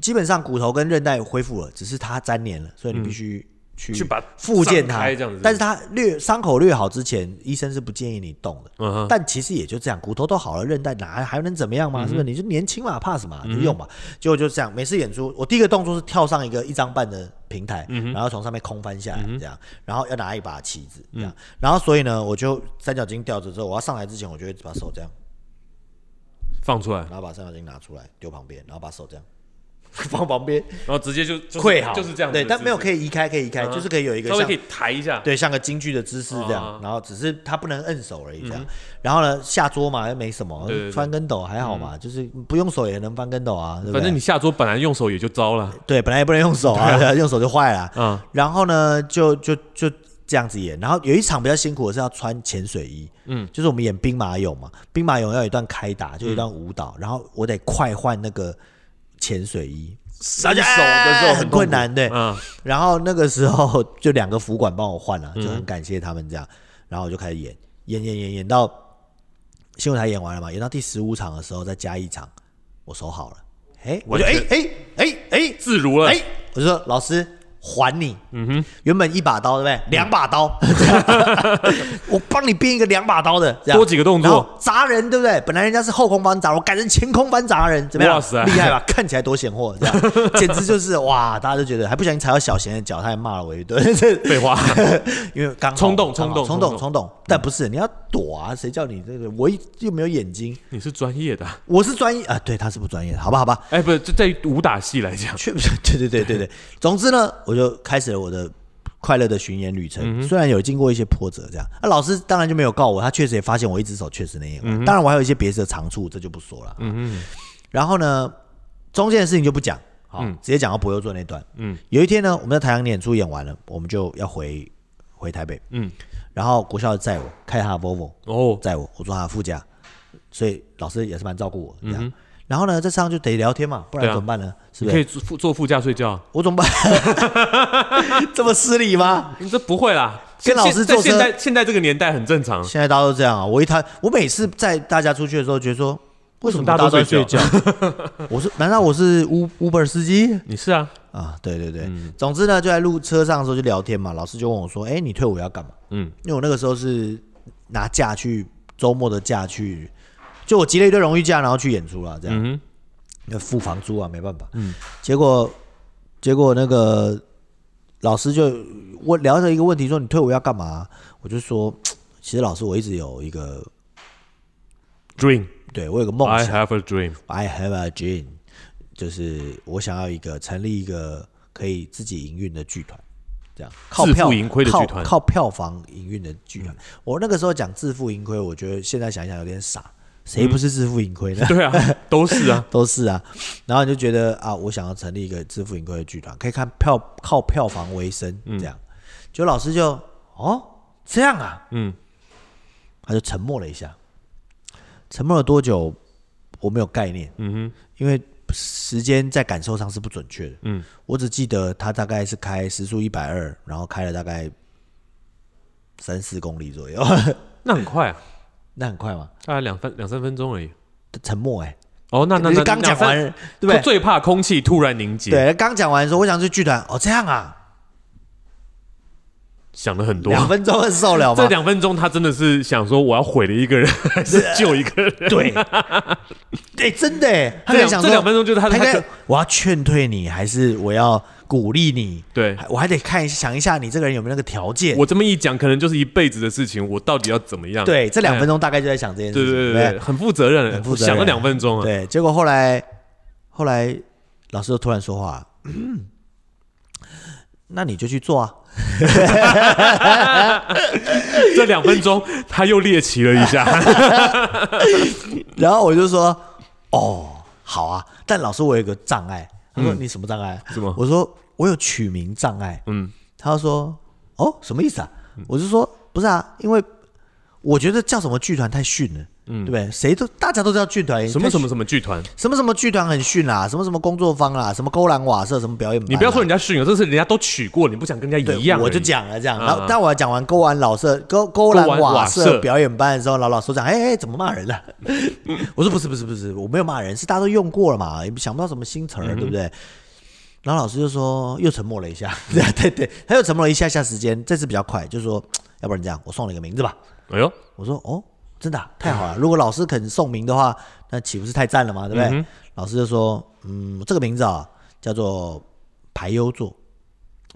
Speaker 2: 基本上骨头跟韧带恢复了，只是它粘连了，所以你必须去
Speaker 1: 嗯去把它
Speaker 2: 复健
Speaker 1: 张
Speaker 2: 它
Speaker 1: 开这样子。
Speaker 2: 但是它略伤口略好之前，医生是不建议你动的。
Speaker 1: 嗯哼，嗯
Speaker 2: 但其实也就这样，骨头都好了，韧带哪还能怎么样嘛？是不是？你就年轻嘛，怕什么啊、就用吧。结果就这样，每次演出，我第一个动作是跳上一个一张半的平台，
Speaker 1: 嗯
Speaker 2: 然后从上面空翻下来，这样，然后要拿一把旗子，这样。
Speaker 1: 嗯
Speaker 2: 然后所以呢，我就三角巾吊着之后，我要上来之前，我就会把手这样，
Speaker 1: 放出来，
Speaker 2: 然后把三角巾拿出来丢旁边，然后把手这样 放旁边，
Speaker 1: 然后直接就就是
Speaker 2: 跪好，
Speaker 1: 就是这样子的
Speaker 2: 对，
Speaker 1: 姿势。嗯
Speaker 2: 但没有可以移开，可以移开，就是可以有一个
Speaker 1: 稍微
Speaker 2: 像
Speaker 1: 可以抬一下。
Speaker 2: 对，像个京剧的姿势这样，
Speaker 1: 啊
Speaker 2: 然后只是他不能摁手而已这样。然后呢，下桌嘛又没什么，
Speaker 1: 嗯对对对
Speaker 2: 翻跟斗还好嘛，就是不用手也能翻跟斗啊，对不对？
Speaker 1: 反正你下桌本来用手也就糟了，
Speaker 2: 对，本来也不能用手啊，用手就坏了啊。
Speaker 1: 嗯
Speaker 2: 然后呢，就就就这样子演。然后有一场比较辛苦的是要穿潜水衣，嗯，就是我们演兵马俑嘛，兵马俑要有一段开打，就有一段舞
Speaker 1: 嗯
Speaker 2: 蹈，然后我得快换那个潜水衣，哎
Speaker 1: 伸手的时候
Speaker 2: 很
Speaker 1: 痛苦
Speaker 2: 困难，对，
Speaker 1: 嗯，
Speaker 2: 然后那个时候就两个服管帮我换了、
Speaker 1: 嗯
Speaker 2: 就很感谢他们这样。然后我就开始演，演演演演到新闻台演完了嘛，演到第十五场的时候再加一场，我手好了，哎，我就哎
Speaker 1: 完
Speaker 2: 哎哎哎
Speaker 1: 自如了。
Speaker 2: 哎，我就说老师还你，嗯哼，原本一把刀对不对？两 把刀，我帮你编一个两把刀的，这样
Speaker 1: 多几个动作
Speaker 2: 然后砸人对不对？本来人家是后空翻砸，我改成前空翻砸人，怎么样？
Speaker 1: 哇塞
Speaker 2: 厉害吧？看起来多显货，这样简直就是哇！大家都觉得还不小心踩到小贤的脚，他还骂了我一顿，
Speaker 1: 废话，
Speaker 2: 因为刚好
Speaker 1: 冲动
Speaker 2: 刚好
Speaker 1: 冲动冲
Speaker 2: 冲
Speaker 1: 动嗯
Speaker 2: 动冲动，但不是你要躲啊？谁叫你这个？我一又没有眼睛，
Speaker 1: 你是专业的啊。
Speaker 2: 我是专业啊，对，他是不专业的，好吧，好吧。
Speaker 1: 哎，不是，这在武打戏来 讲，
Speaker 2: 确对对对 对对。总之呢，我就开始了我的快乐的巡演旅
Speaker 1: 嗯
Speaker 2: 程。虽然有经过一些波折，这样，啊那、老师当然就没有告我，他确实也发现我一只手确实能
Speaker 1: 嗯
Speaker 2: 演完。当然，我还有一些别的长处，这就不说了。嗯然后呢，中间的事情就不讲，好，直接讲到博优座那段。
Speaker 1: 嗯
Speaker 2: 嗯。有一天呢，我们在台阳演出演完了，我们就要回回台北。
Speaker 1: 嗯，
Speaker 2: 然后国校载我，开他的 Volvo。
Speaker 1: 哦，
Speaker 2: 载我，我坐他的副驾，所以老师也是蛮照顾我这样。然后呢，在车上就得聊天嘛，不
Speaker 1: 嗯
Speaker 2: 然
Speaker 1: 对啊
Speaker 2: 怎么办呢？是
Speaker 1: 你
Speaker 2: 不
Speaker 1: 可
Speaker 2: 是
Speaker 1: 以？坐副坐副驾睡觉，
Speaker 2: 我怎么办？ 这么失礼吗？
Speaker 1: 你这不会啦。
Speaker 2: 跟老师
Speaker 1: 在
Speaker 2: 坐车
Speaker 1: 现在现在这个年代很正常，
Speaker 2: 现在大家都这样啊！我一谈，我每次在大家出去的时候，觉得说，为什么大家都在睡觉？ 我是难道我是 U Uber 司机
Speaker 1: 你是啊，
Speaker 2: 啊？对对对，
Speaker 1: 嗯
Speaker 2: 总之呢，就在路车上的时候就聊天嘛。老师就问我说：“哎、你退伍要干嘛？”
Speaker 1: 嗯，
Speaker 2: 因为我那个时候是拿假去周末的假去，就我集了一堆荣誉假，然后去演出啦，这样。
Speaker 1: 嗯
Speaker 2: 要付房租啊，没办法。嗯，结果结果那个老师就我聊着一个问题，说你退伍要干嘛？我就说，其实老师我一直有一个，
Speaker 1: ，dream。
Speaker 2: 对我有个梦
Speaker 1: I
Speaker 2: 想
Speaker 1: have a dream。
Speaker 2: ，I have a dream，就是我想要一个成立一个可以自己营运的剧团。这样靠
Speaker 1: 自负
Speaker 2: 票
Speaker 1: 盈亏的剧团嗯
Speaker 2: 靠靠票房营运的剧团。我那个时候讲自负盈亏，我觉得现在想一想有点傻，
Speaker 1: 嗯
Speaker 2: 谁不是自负盈亏呢？
Speaker 1: 对啊，都是啊。
Speaker 2: 都是啊。然后你就觉得啊，我想要成立一个自负盈亏的剧团，可以看票靠票房为生，
Speaker 1: 嗯
Speaker 2: 这样。就老师就哦这样啊，
Speaker 1: 嗯，
Speaker 2: 他就沉默了一下，沉默了多久我没有概念，
Speaker 1: 嗯
Speaker 2: 因为时间在感受上是不准确的，
Speaker 1: 嗯，
Speaker 2: 我只记得他大概是开时速一百二，然后开了大概三四公里左右，
Speaker 1: 哼，那很快啊，
Speaker 2: 那很快嘛，
Speaker 1: 大概两分两三分钟而已。
Speaker 2: 沉默哎、
Speaker 1: 哦，那那
Speaker 2: 你
Speaker 1: 那
Speaker 2: 刚讲完，
Speaker 1: 两三
Speaker 2: 对不对？
Speaker 1: 最怕空气突然凝结。
Speaker 2: 对，刚讲完说我想去剧团，哦，这样啊，
Speaker 1: 想了很多。
Speaker 2: 两分钟很受 了
Speaker 1: 这
Speaker 2: 吗？
Speaker 1: 两分钟，他真的是想说我要毁了一个人， 还是救一个人？
Speaker 2: 对，对，真的耶，他
Speaker 1: 这
Speaker 2: 在
Speaker 1: 两
Speaker 2: 想
Speaker 1: 这
Speaker 2: 说
Speaker 1: 两分钟就是他
Speaker 2: 他
Speaker 1: 的
Speaker 2: 应
Speaker 1: 他
Speaker 2: 该
Speaker 1: 就
Speaker 2: 我要劝退你，还是我要鼓励你？
Speaker 1: 对
Speaker 2: 还我还得看一下想一下你这个人有没有那个条件。
Speaker 1: 我这么一讲，可能就是一辈子的事情，我到底要怎么样？
Speaker 2: 对，这两分
Speaker 1: 钟，
Speaker 2: 钟大概就在想这件事
Speaker 1: 对
Speaker 2: 情。
Speaker 1: 哎对
Speaker 2: 不
Speaker 1: 对对，很负责任，
Speaker 2: 很负责任
Speaker 1: 想了两分钟啊，
Speaker 2: 对，结果后来后来老师就突然说话 了，嗯那你就去做啊。
Speaker 1: 这两分钟他又猎奇了一 下，
Speaker 2: 然后我就说，哦，好啊，但老师我有一个障碍。他说、你什么障碍？
Speaker 1: 嗯什么
Speaker 2: 我说我有取名障碍。
Speaker 1: 嗯，
Speaker 2: 他说哦，什么意思啊？我就说不是啊，因为我觉得叫什么剧团太逊了，嗯，对不对？谁都大家都叫剧团，
Speaker 1: 什么
Speaker 2: 太逊
Speaker 1: 什么什么剧团，
Speaker 2: 什么什么剧团很逊啦，什么什么工作坊啊啦，什么勾栏瓦舍，什么表演班啦，啊
Speaker 1: 你不要说人家训了，这是人家都取过，你不想跟人家
Speaker 2: 对
Speaker 1: 一样而已，
Speaker 2: 我就讲了这样。
Speaker 1: 啊
Speaker 2: 然后，但我要讲完勾完老舍、勾勾栏
Speaker 1: 勾完
Speaker 2: 瓦
Speaker 1: 瓦
Speaker 2: 舍
Speaker 1: 舍
Speaker 2: 表演班的时候，老老师讲：“哎哎，怎么骂人了、 我说：“不是不是不是，我没有骂人，是大家都用过了嘛，也想不到什么新
Speaker 1: 嗯
Speaker 2: 词儿，对不对？”然后老师就说，又沉默了一下， 对对对，他又沉默了一下下时间，这次比较快，就说：“要不然这样，我送你个名字吧。”
Speaker 1: 哎呦，
Speaker 2: 我说哦，真的啊、太好了！如果老师肯送名的话，那岂不是太赞了嘛？对不对？
Speaker 1: 嗯
Speaker 2: 老师就说，嗯，这个名字啊叫做排优座，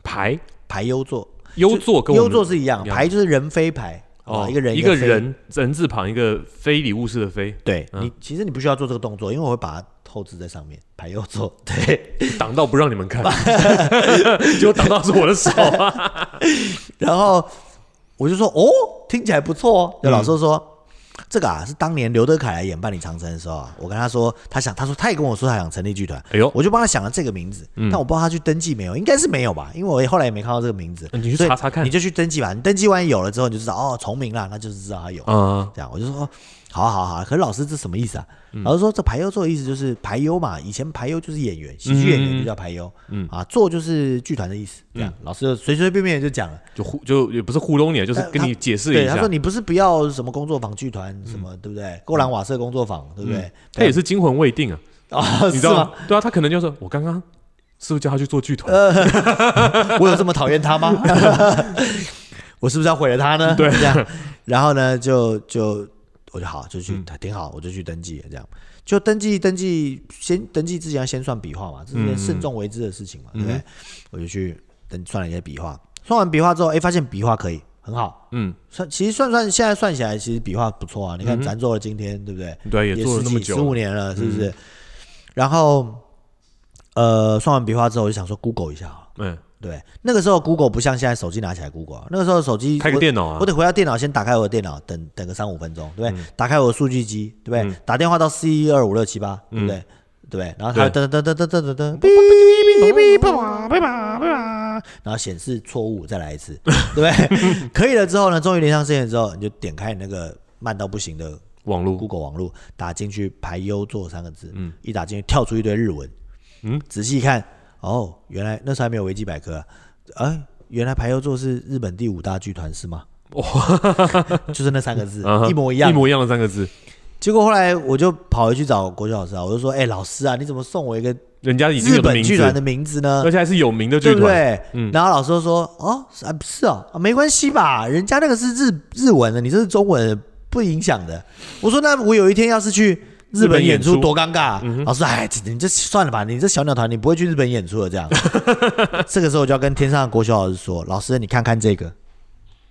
Speaker 1: 排
Speaker 2: 排优座，
Speaker 1: 优座跟我
Speaker 2: 优
Speaker 1: 们
Speaker 2: 座是一样，
Speaker 1: 一样
Speaker 2: 排就是人非排，哦，
Speaker 1: 哦，
Speaker 2: 一个人
Speaker 1: 一个
Speaker 2: 非。
Speaker 1: 人嗯人字旁一个非礼物式的 非，
Speaker 2: 对、你，其实你不需要做这个动作，因为我会把它透支在上面，排优座。对，
Speaker 1: 挡到不让你们看， 结果挡到是我的手 啊，
Speaker 2: 然后我就说哦，听起来不错
Speaker 1: 嗯
Speaker 2: 哦。有老师说。这个啊，是当年刘德凯来演《伴你长城》的时候啊，我跟他说，他想，他说他也跟我说他想成立剧团，
Speaker 1: 哎呦嗯
Speaker 2: 我就帮他想了这个名字，但我不知道他去登记没有，应该是没有吧，因为我后来也没看到这个名字，
Speaker 1: 嗯你去
Speaker 2: 所以
Speaker 1: 查查看
Speaker 2: 你就去登记吧，你登记完有了之后，你就知道哦，重名啦，那就是知道他有，
Speaker 1: 啊，
Speaker 2: 这样我就说，哦好好好，可是老师这什么意思啊？
Speaker 1: 嗯
Speaker 2: 老师说这排优座的意思就是排优嘛，以前排优就是演员，喜剧演员就叫排优，嗯啊，座就是剧团的意思，
Speaker 1: 嗯
Speaker 2: 这样、老师就随随便便就讲了。
Speaker 1: 就糊就也不是糊弄你，啊就是跟你解释
Speaker 2: 对，
Speaker 1: 一
Speaker 2: 他
Speaker 1: 下
Speaker 2: 说，你不是不要什么工作坊剧团什么，对不对？勾栏瓦舍工作坊，对不对？
Speaker 1: 嗯他也是惊魂未定啊，
Speaker 2: 啊，
Speaker 1: 你
Speaker 2: 是
Speaker 1: 知道
Speaker 2: 吗呃
Speaker 1: 吗？？对啊，他可能就说，我刚刚是不是叫他去做剧团？
Speaker 2: 我有这么讨厌他吗？ 我是不是要毁了他呢？
Speaker 1: 对
Speaker 2: 这样，然后呢，就就我就好，就去、
Speaker 1: 嗯
Speaker 2: 挺好，我就去登记了，这样就登记登记，先登记之前要先算笔画嘛，这是件慎重为之的事情嘛，
Speaker 1: 嗯
Speaker 2: 对不对？我就去登算了一些笔画，算完笔画之后，哎，发现笔画可以，很好。
Speaker 1: 嗯，
Speaker 2: 算其实算算，现在算起来，其实笔画不错啊。你看，咱做了今天，对不对？
Speaker 1: 对，也做了那嗯么
Speaker 2: 十
Speaker 1: 久
Speaker 2: 五
Speaker 1: 了，
Speaker 2: 年了，是不是？然后，呃，算完笔画之后，我就想说 Google 一下好了。
Speaker 1: 嗯，
Speaker 2: 对，那个时候 Google 不像现在手机拿起来 Google，啊那个时候手机
Speaker 1: 开个
Speaker 2: 我
Speaker 1: 电脑啊嗯
Speaker 2: 我得回到电脑先打开我的电脑，等等个三五分钟，对不对？打开我的数据机，对不对？打电话到 C 一二五六七八，
Speaker 1: 嗯
Speaker 2: 对不对？对不对？然后它噔噔噔噔噔噔噔，哔哔哔哔叭叭叭叭叭，然后显示错误，再来一次，对不对？ 可以了之后呢，终于连上线了之后，你就点开你那个慢到不行的
Speaker 1: 网络
Speaker 2: Google 网络打进去“排优座”三个字，嗯，一打进去跳出一堆日文，嗯，仔细看，哦，原来那时候还没有维基百科啊，哎，原来排优座是日本第五大剧团是吗？哇， 就是那三个字
Speaker 1: 哦 啊哈
Speaker 2: 一模一样
Speaker 1: 一。模一样的三个字，
Speaker 2: 结果后来我就跑回去找国学老师啊，我就说，哎，老师啊，你怎么送我一个
Speaker 1: 人家已经
Speaker 2: 日
Speaker 1: 有的
Speaker 2: 本
Speaker 1: 名
Speaker 2: 剧团的
Speaker 1: 字，
Speaker 2: 名字呢
Speaker 1: 而？且还是有名的
Speaker 2: 对
Speaker 1: 剧
Speaker 2: 不
Speaker 1: 团，
Speaker 2: 对？然后老师就说：“哦，是啊，是哦，啊没关系吧，人家那个是日日文的，你这是中文的，不影响的。”我说：“那我有一天要是去日
Speaker 1: 日
Speaker 2: 本
Speaker 1: 本
Speaker 2: 演
Speaker 1: 演
Speaker 2: 出
Speaker 1: 出
Speaker 2: 多尴尬、啊！”老师：“哎，这你这算了吧，你这小鸟团你不会去日本演出的这样。”这个时候我就要跟天上的国学老师说：“老师，你看看这个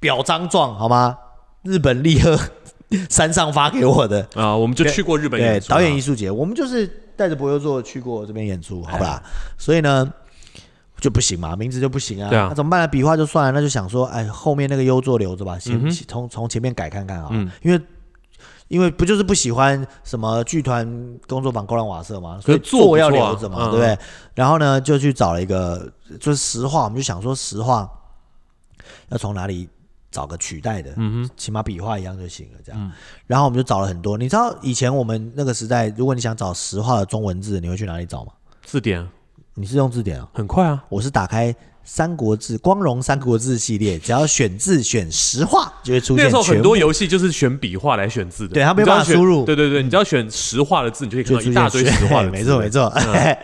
Speaker 2: 表彰状好吗？日本立贺 山上发给我的，
Speaker 1: 啊，我们就去过日本
Speaker 2: 对
Speaker 1: 演出啊，
Speaker 2: 导演艺术节，我们就是带着博优座去过这边演出，好不
Speaker 1: 哎
Speaker 2: 啦？所以呢就不行嘛，名字就不行啊，
Speaker 1: 对啊
Speaker 2: 那怎么办呢？笔画就算了，那就想说，哎，后面那个优座留着吧，先
Speaker 1: 嗯
Speaker 2: 从从前面改看看啊，因为。因为不就是不喜欢什么剧团工作坊勾栏瓦舍嘛，所以
Speaker 1: 可是座不
Speaker 2: 座要
Speaker 1: 错啊
Speaker 2: 留着嘛，
Speaker 1: 嗯
Speaker 2: 对不对？然后呢，就去找了一个，就是实话，我们就想说实话，要从哪里找个取代的，
Speaker 1: 嗯
Speaker 2: 起码笔画一样就行了，这样。然后我们就找了很多，你知道以前我们那个时代，如果你想找实话的中文字，你会去哪里找吗？
Speaker 1: 字典啊
Speaker 2: 你是用字典啊？
Speaker 1: 很快啊，
Speaker 2: 我是打开《三国志》光荣《三国志》系列，只要选字选实话就会出
Speaker 1: 那
Speaker 2: 现
Speaker 1: 时候
Speaker 2: 全
Speaker 1: 很
Speaker 2: 部
Speaker 1: 多游戏就是选笔画来选字的，
Speaker 2: 对它没
Speaker 1: 你只要
Speaker 2: 办法
Speaker 1: 选
Speaker 2: 输入
Speaker 1: 对对对，你只要选实画的字，你就可以看
Speaker 2: 就
Speaker 1: 到
Speaker 2: 出
Speaker 1: 一大堆
Speaker 2: 现
Speaker 1: 实画的嗯字。
Speaker 2: 没错没错。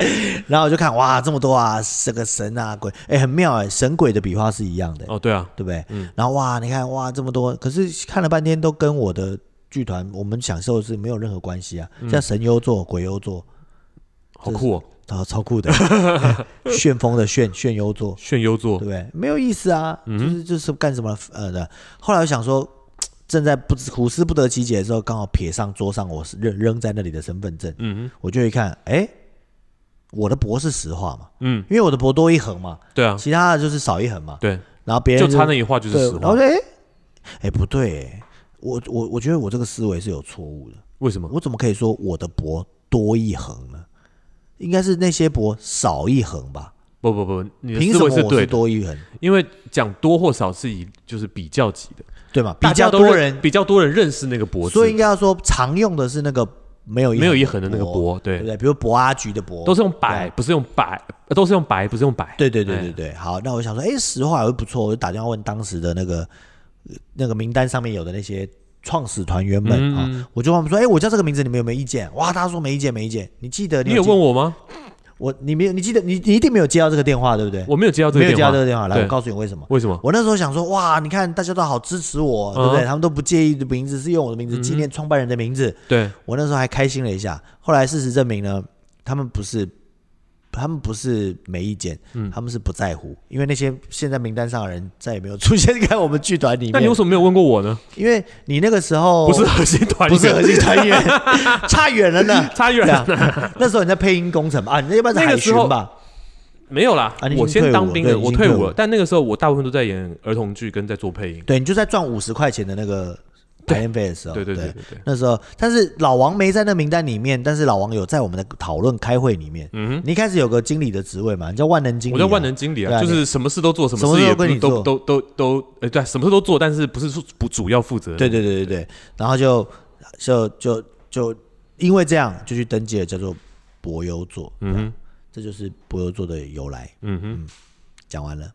Speaker 2: 然后我就看哇，这么多啊，这个神啊鬼，哎、很妙哎、神鬼的笔画是一样的、
Speaker 1: 哦，对啊，
Speaker 2: 对不对？然后哇，你看哇这么多，可是看了半天都跟我的剧团我们享受的是没有任何关系啊，
Speaker 1: 嗯
Speaker 2: 像神优座、鬼优座，
Speaker 1: 好酷哦，
Speaker 2: 超超 酷的，旋风的旋旋优座，
Speaker 1: 炫优作
Speaker 2: 对不对？没有意思啊，
Speaker 1: 嗯
Speaker 2: 就是就是干什么呃的。后来我想说，正在不知苦思不得其解的时候，刚好瞥上桌上我是扔扔在那里的身份证，嗯我就一看，哎，我的博是实话嘛，
Speaker 1: 嗯，
Speaker 2: 因为我的博多一横嘛，
Speaker 1: 对啊，
Speaker 2: 其他的就是少一横嘛，
Speaker 1: 对，
Speaker 2: 然后别人
Speaker 1: 就差那一画就是
Speaker 2: 对
Speaker 1: 实，
Speaker 2: 然后
Speaker 1: 画
Speaker 2: 就，哎哎不对哎，我我我觉得我这个思维是有错误的，
Speaker 1: 为什么？
Speaker 2: 我怎么可以说我的博多一横呢？应该是那些博少一横吧？
Speaker 1: 不不不，你的
Speaker 2: 凭
Speaker 1: 思
Speaker 2: 什么
Speaker 1: 维是
Speaker 2: 我
Speaker 1: 对
Speaker 2: 是
Speaker 1: 的，
Speaker 2: 多一横？
Speaker 1: 因为讲多或少是以就是比较级的，
Speaker 2: 对嘛？比
Speaker 1: 大
Speaker 2: 较
Speaker 1: 家都
Speaker 2: 多
Speaker 1: 认
Speaker 2: 人
Speaker 1: 比较多人认识那个博字
Speaker 2: 所以，应该要说常用的是那个没有
Speaker 1: 没有一横的那个
Speaker 2: 博，
Speaker 1: 博，
Speaker 2: 对不
Speaker 1: 对，
Speaker 2: 对？比如博阿局的博，
Speaker 1: 都是用百，不是用百，呃都是用白，不是用百。
Speaker 2: 对对对
Speaker 1: 哎
Speaker 2: 对对。好，那我想说，哎，实话也不错，我就打电话问当时的那个呃那个名单上面有的那些创始团员们
Speaker 1: 嗯
Speaker 2: 啊、我就问他们说，哎，我叫这个名字，你们有没有意见？哇，大家说没意见，没意见。你记得
Speaker 1: 你有
Speaker 2: 有记
Speaker 1: 问我吗？
Speaker 2: 我，你没有？你记得你你一定没有接到这个电话，对不对？
Speaker 1: 我没有接到这
Speaker 2: 没
Speaker 1: 个
Speaker 2: 有接
Speaker 1: 电话，
Speaker 2: 到这个电话，来，
Speaker 1: 对
Speaker 2: 我告诉你为什么。
Speaker 1: 为什么？
Speaker 2: 我那时候想说，哇，你看大家都好支持
Speaker 1: 嗯
Speaker 2: 我，对不对？他们都不介意的名字是用我的名字纪念创办人的名字，
Speaker 1: 对，
Speaker 2: 我那时候还开心了一下，后来事实证明呢，他们不是，他们不是没意见，
Speaker 1: 嗯
Speaker 2: 他们是不在乎，因为那些现在名单上的人再也没有出现在我们剧团里
Speaker 1: 那你为
Speaker 2: 面，
Speaker 1: 什么没有问过我呢？
Speaker 2: 因为你那个时候
Speaker 1: 不是核心团员，
Speaker 2: 哦不是核心团员， 差远了呢，
Speaker 1: 差远
Speaker 2: 对
Speaker 1: 了
Speaker 2: 啊。那时候你在配音工程吧啊，你要不然是
Speaker 1: 那个
Speaker 2: 海
Speaker 1: 时
Speaker 2: 巡
Speaker 1: 候
Speaker 2: 吧？
Speaker 1: 没有啦
Speaker 2: 啊你已，经
Speaker 1: 我先当兵
Speaker 2: 退伍
Speaker 1: 了，我
Speaker 2: 了对已经退
Speaker 1: 退伍
Speaker 2: 伍
Speaker 1: 了
Speaker 2: 了。
Speaker 1: 但那个时候我大部分都在演儿童剧跟在做配音。
Speaker 2: 对，你就在赚五十块钱的那个排练费的时候，
Speaker 1: 对对
Speaker 2: 对
Speaker 1: 对对对，
Speaker 2: 那时候，但是老王没在那名单里面，但是老王有在我们的讨论开会里面。嗯，你一开始有个经理的职位嘛，你叫万能经理、
Speaker 1: 我叫万能。经理
Speaker 2: 对
Speaker 1: 啊，
Speaker 2: 啊
Speaker 1: 就是什么事都做，什
Speaker 2: 什
Speaker 1: 么
Speaker 2: 么
Speaker 1: 事
Speaker 2: 事
Speaker 1: 也
Speaker 2: 都
Speaker 1: 不
Speaker 2: 跟你
Speaker 1: 都
Speaker 2: 做
Speaker 1: 都都都，哎，对，什么事都做，但是不是说不主要负责人？
Speaker 2: 对对对对对，然后就就就就因为这样就去登记了，叫做博优座。嗯
Speaker 1: 哼
Speaker 2: 这就是博优座的由来。
Speaker 1: 嗯哼，
Speaker 2: 讲完了，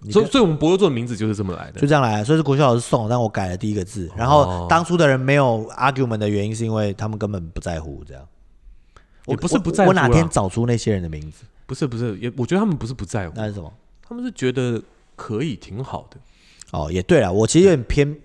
Speaker 2: 你
Speaker 1: 所以
Speaker 2: 看
Speaker 1: 所以我们博友座的名字就是这么来的
Speaker 2: 就。这样来。所以是国修老师送的，但我改了第一个字。然
Speaker 1: 哦
Speaker 2: 后当初的人没有 argument 的原因，是因为他们根本不在乎这样。
Speaker 1: 也不是不在乎
Speaker 2: 我，我哪天
Speaker 1: 啦
Speaker 2: 找出那些人的名字，
Speaker 1: 不是不是，也我觉得他们不是不在乎，
Speaker 2: 那是什么？
Speaker 1: 他们是觉得可以挺好的。
Speaker 2: 哦，也对了，我其实有点偏，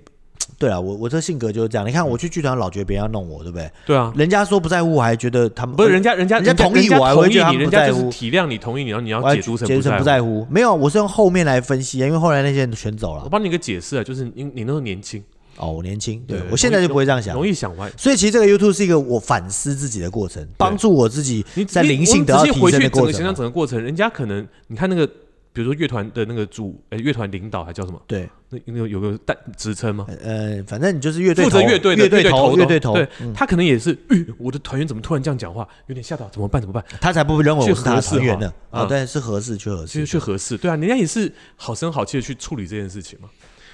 Speaker 2: 对了，我我这性格就是这样。你看我去剧团老觉得别人要弄我，对不对？
Speaker 1: 对啊，
Speaker 2: 人家说不在乎，我还觉得他们
Speaker 1: 不是人
Speaker 2: 家，
Speaker 1: 家人家
Speaker 2: 人同意
Speaker 1: 人家
Speaker 2: 我还
Speaker 1: 同
Speaker 2: 会
Speaker 1: 意
Speaker 2: 觉得他
Speaker 1: 你，
Speaker 2: 们
Speaker 1: 人
Speaker 2: 不
Speaker 1: 家
Speaker 2: 在
Speaker 1: 就是
Speaker 2: 乎
Speaker 1: 体谅你，同意你，然后你要
Speaker 2: 我还
Speaker 1: 解读成
Speaker 2: 解读成
Speaker 1: 不
Speaker 2: 不
Speaker 1: 在乎。
Speaker 2: 在乎。没有，我是用后面来分析，因为后来那些人全走
Speaker 1: 我
Speaker 2: 了。
Speaker 1: 帮你一个解释啊，就是你你那时候年轻，
Speaker 2: 哦，我年轻，对
Speaker 1: 对
Speaker 2: 我现在就不会这样想
Speaker 1: 容。易想歪。
Speaker 2: 所以其实这个 YouTube 是一个我反思自己的过程，帮助我自己
Speaker 1: 你
Speaker 2: 在
Speaker 1: 你
Speaker 2: 灵
Speaker 1: 我
Speaker 2: 性
Speaker 1: 们
Speaker 2: 得
Speaker 1: 仔
Speaker 2: 到
Speaker 1: 细
Speaker 2: 提
Speaker 1: 回去
Speaker 2: 升的
Speaker 1: 整
Speaker 2: 过
Speaker 1: 个想想
Speaker 2: 程。啊
Speaker 1: 整个过程，人家可能你看那个，比如说乐团的那个主呃乐团领导还叫什么？
Speaker 2: 对，
Speaker 1: 那那个有个代职称吗？
Speaker 2: 呃，反正你就是乐队
Speaker 1: 负责
Speaker 2: 头
Speaker 1: 乐队的
Speaker 2: 乐队
Speaker 1: 头
Speaker 2: 头，
Speaker 1: 的，
Speaker 2: 乐队头，
Speaker 1: 对他可能也是，嗯，我的团员怎么突然这样讲话，有点吓到，怎么办？怎么办？
Speaker 2: 他才不认为
Speaker 1: 去
Speaker 2: 我是他
Speaker 1: 合
Speaker 2: 的
Speaker 1: 适
Speaker 2: 团员
Speaker 1: 化
Speaker 2: 呢。啊，
Speaker 1: 嗯
Speaker 2: 对，是合适，去合
Speaker 1: 其实
Speaker 2: 适。
Speaker 1: 去合适，对啊，人家也是好声好气的去处理这件事情嘛。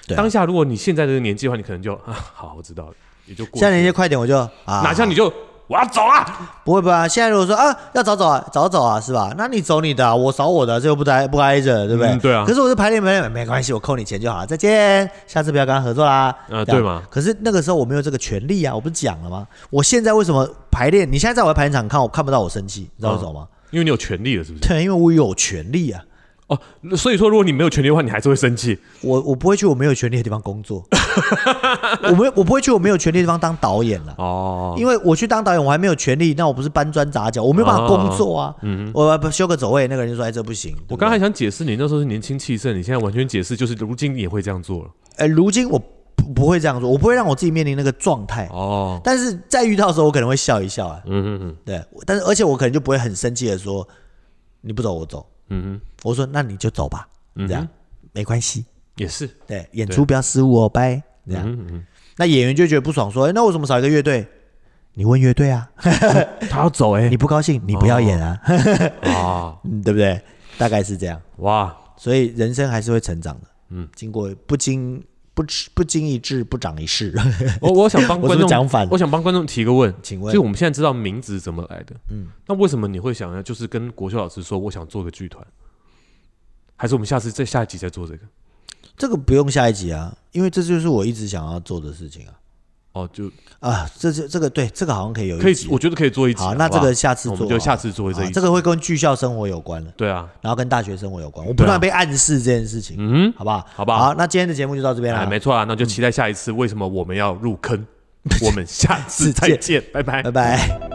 Speaker 2: 对啊
Speaker 1: 当下如果你现在这个年纪的话，你可能就啊，好，我知道了，也就过去
Speaker 2: 现
Speaker 1: 了。
Speaker 2: 在那些快点，我就啊，
Speaker 1: 哪像你就我要走了，
Speaker 2: 不会不会啊，现在如果说啊要早走啊早走啊是吧？那你走你的啊、我扫我的啊，这又不挨不挨着，对不对？
Speaker 1: 嗯对啊
Speaker 2: 可是我是排练排练，没关系，我扣你钱就好了，再见，下次不要跟他合作啦。
Speaker 1: 啊
Speaker 2: 这样
Speaker 1: 对嘛？
Speaker 2: 可是那个时候我没有这个权利啊，我不是讲了吗？我现在为什么排练？你现在在我的排练场看，我看不到我生气，你知道为什么吗？
Speaker 1: 因为你有权利了，是不是？
Speaker 2: 对，因为我有权利啊，
Speaker 1: 哦，所以说如果你没有权利的话，你还是会生气。
Speaker 2: 我我不会去我没有权利的地方工作， 我没有我不会去我没有权利的地方当导演了。
Speaker 1: 哦，
Speaker 2: 因为我去当导演，我还没有权利，那我不是搬砖砸脚，我没有办法工作啊。我不修个走位，那个人就说：“哎，这不行。对不对”
Speaker 1: 哦嗯我刚才想解释你那时候是年轻气盛，你现在完全解释就是如今你也会这样做了。
Speaker 2: 哎，如今我不不会这样做，我不会让我自己面临那个状态。
Speaker 1: 哦，
Speaker 2: 但是再遇到的时候，我可能会笑一笑啊，
Speaker 1: 嗯嗯嗯
Speaker 2: 对。但是而且我可能就不会很生气的说，你不走我走，
Speaker 1: 嗯嗯，
Speaker 2: 我说那你就走吧，这样没关系，
Speaker 1: 也是。
Speaker 2: 对，演出不要失误哦，拜，
Speaker 1: 嗯
Speaker 2: 这样。那演员就觉得不爽，说，哎，那为什么少一个乐队？你问乐队啊，
Speaker 1: 他要走哎、
Speaker 2: 你不高兴，你不要演啊，
Speaker 1: 啊，
Speaker 2: 嗯对不对？大概是这样，
Speaker 1: 哇，
Speaker 2: 所以人生还是会成长的，
Speaker 1: 嗯
Speaker 2: 嗯，经过不经不吃不经一事不长一智。
Speaker 1: 我我想帮
Speaker 2: 我
Speaker 1: 观
Speaker 2: 是不
Speaker 1: 众
Speaker 2: 是讲反了
Speaker 1: 我？想帮观众提个问，
Speaker 2: 请
Speaker 1: 就
Speaker 2: 问
Speaker 1: 是我们现在知道名字怎么来的，嗯
Speaker 2: 嗯，
Speaker 1: 那为什么你会想要就是跟国秀老师说我想做个剧团，还是我们下次再下一集再做这个？
Speaker 2: 这个不用下一集啊，因为这就是我一直想要做的事情啊。
Speaker 1: 哦，就
Speaker 2: 啊，这这这个对，这个好像可以有
Speaker 1: 可
Speaker 2: 一
Speaker 1: 以
Speaker 2: 集，。
Speaker 1: 我觉得可以做一集。啊
Speaker 2: 好，
Speaker 1: 不
Speaker 2: 那这个下次
Speaker 1: 那
Speaker 2: 做
Speaker 1: 我
Speaker 2: 好了，
Speaker 1: 们就下次做这一
Speaker 2: 啊
Speaker 1: 集。
Speaker 2: 这个会跟剧校生活有关了，
Speaker 1: 对啊，
Speaker 2: 然后跟大学生活有关。我不断被暗示这件事情，
Speaker 1: 嗯，
Speaker 2: 好不好？
Speaker 1: 好不好
Speaker 2: 那今天的节目就到这边
Speaker 1: 哎，
Speaker 2: 了，
Speaker 1: 没错啊， 那就期待下一次为什么我们要入坑。我们下次再
Speaker 2: 再
Speaker 1: 见，拜拜
Speaker 2: 拜。拜。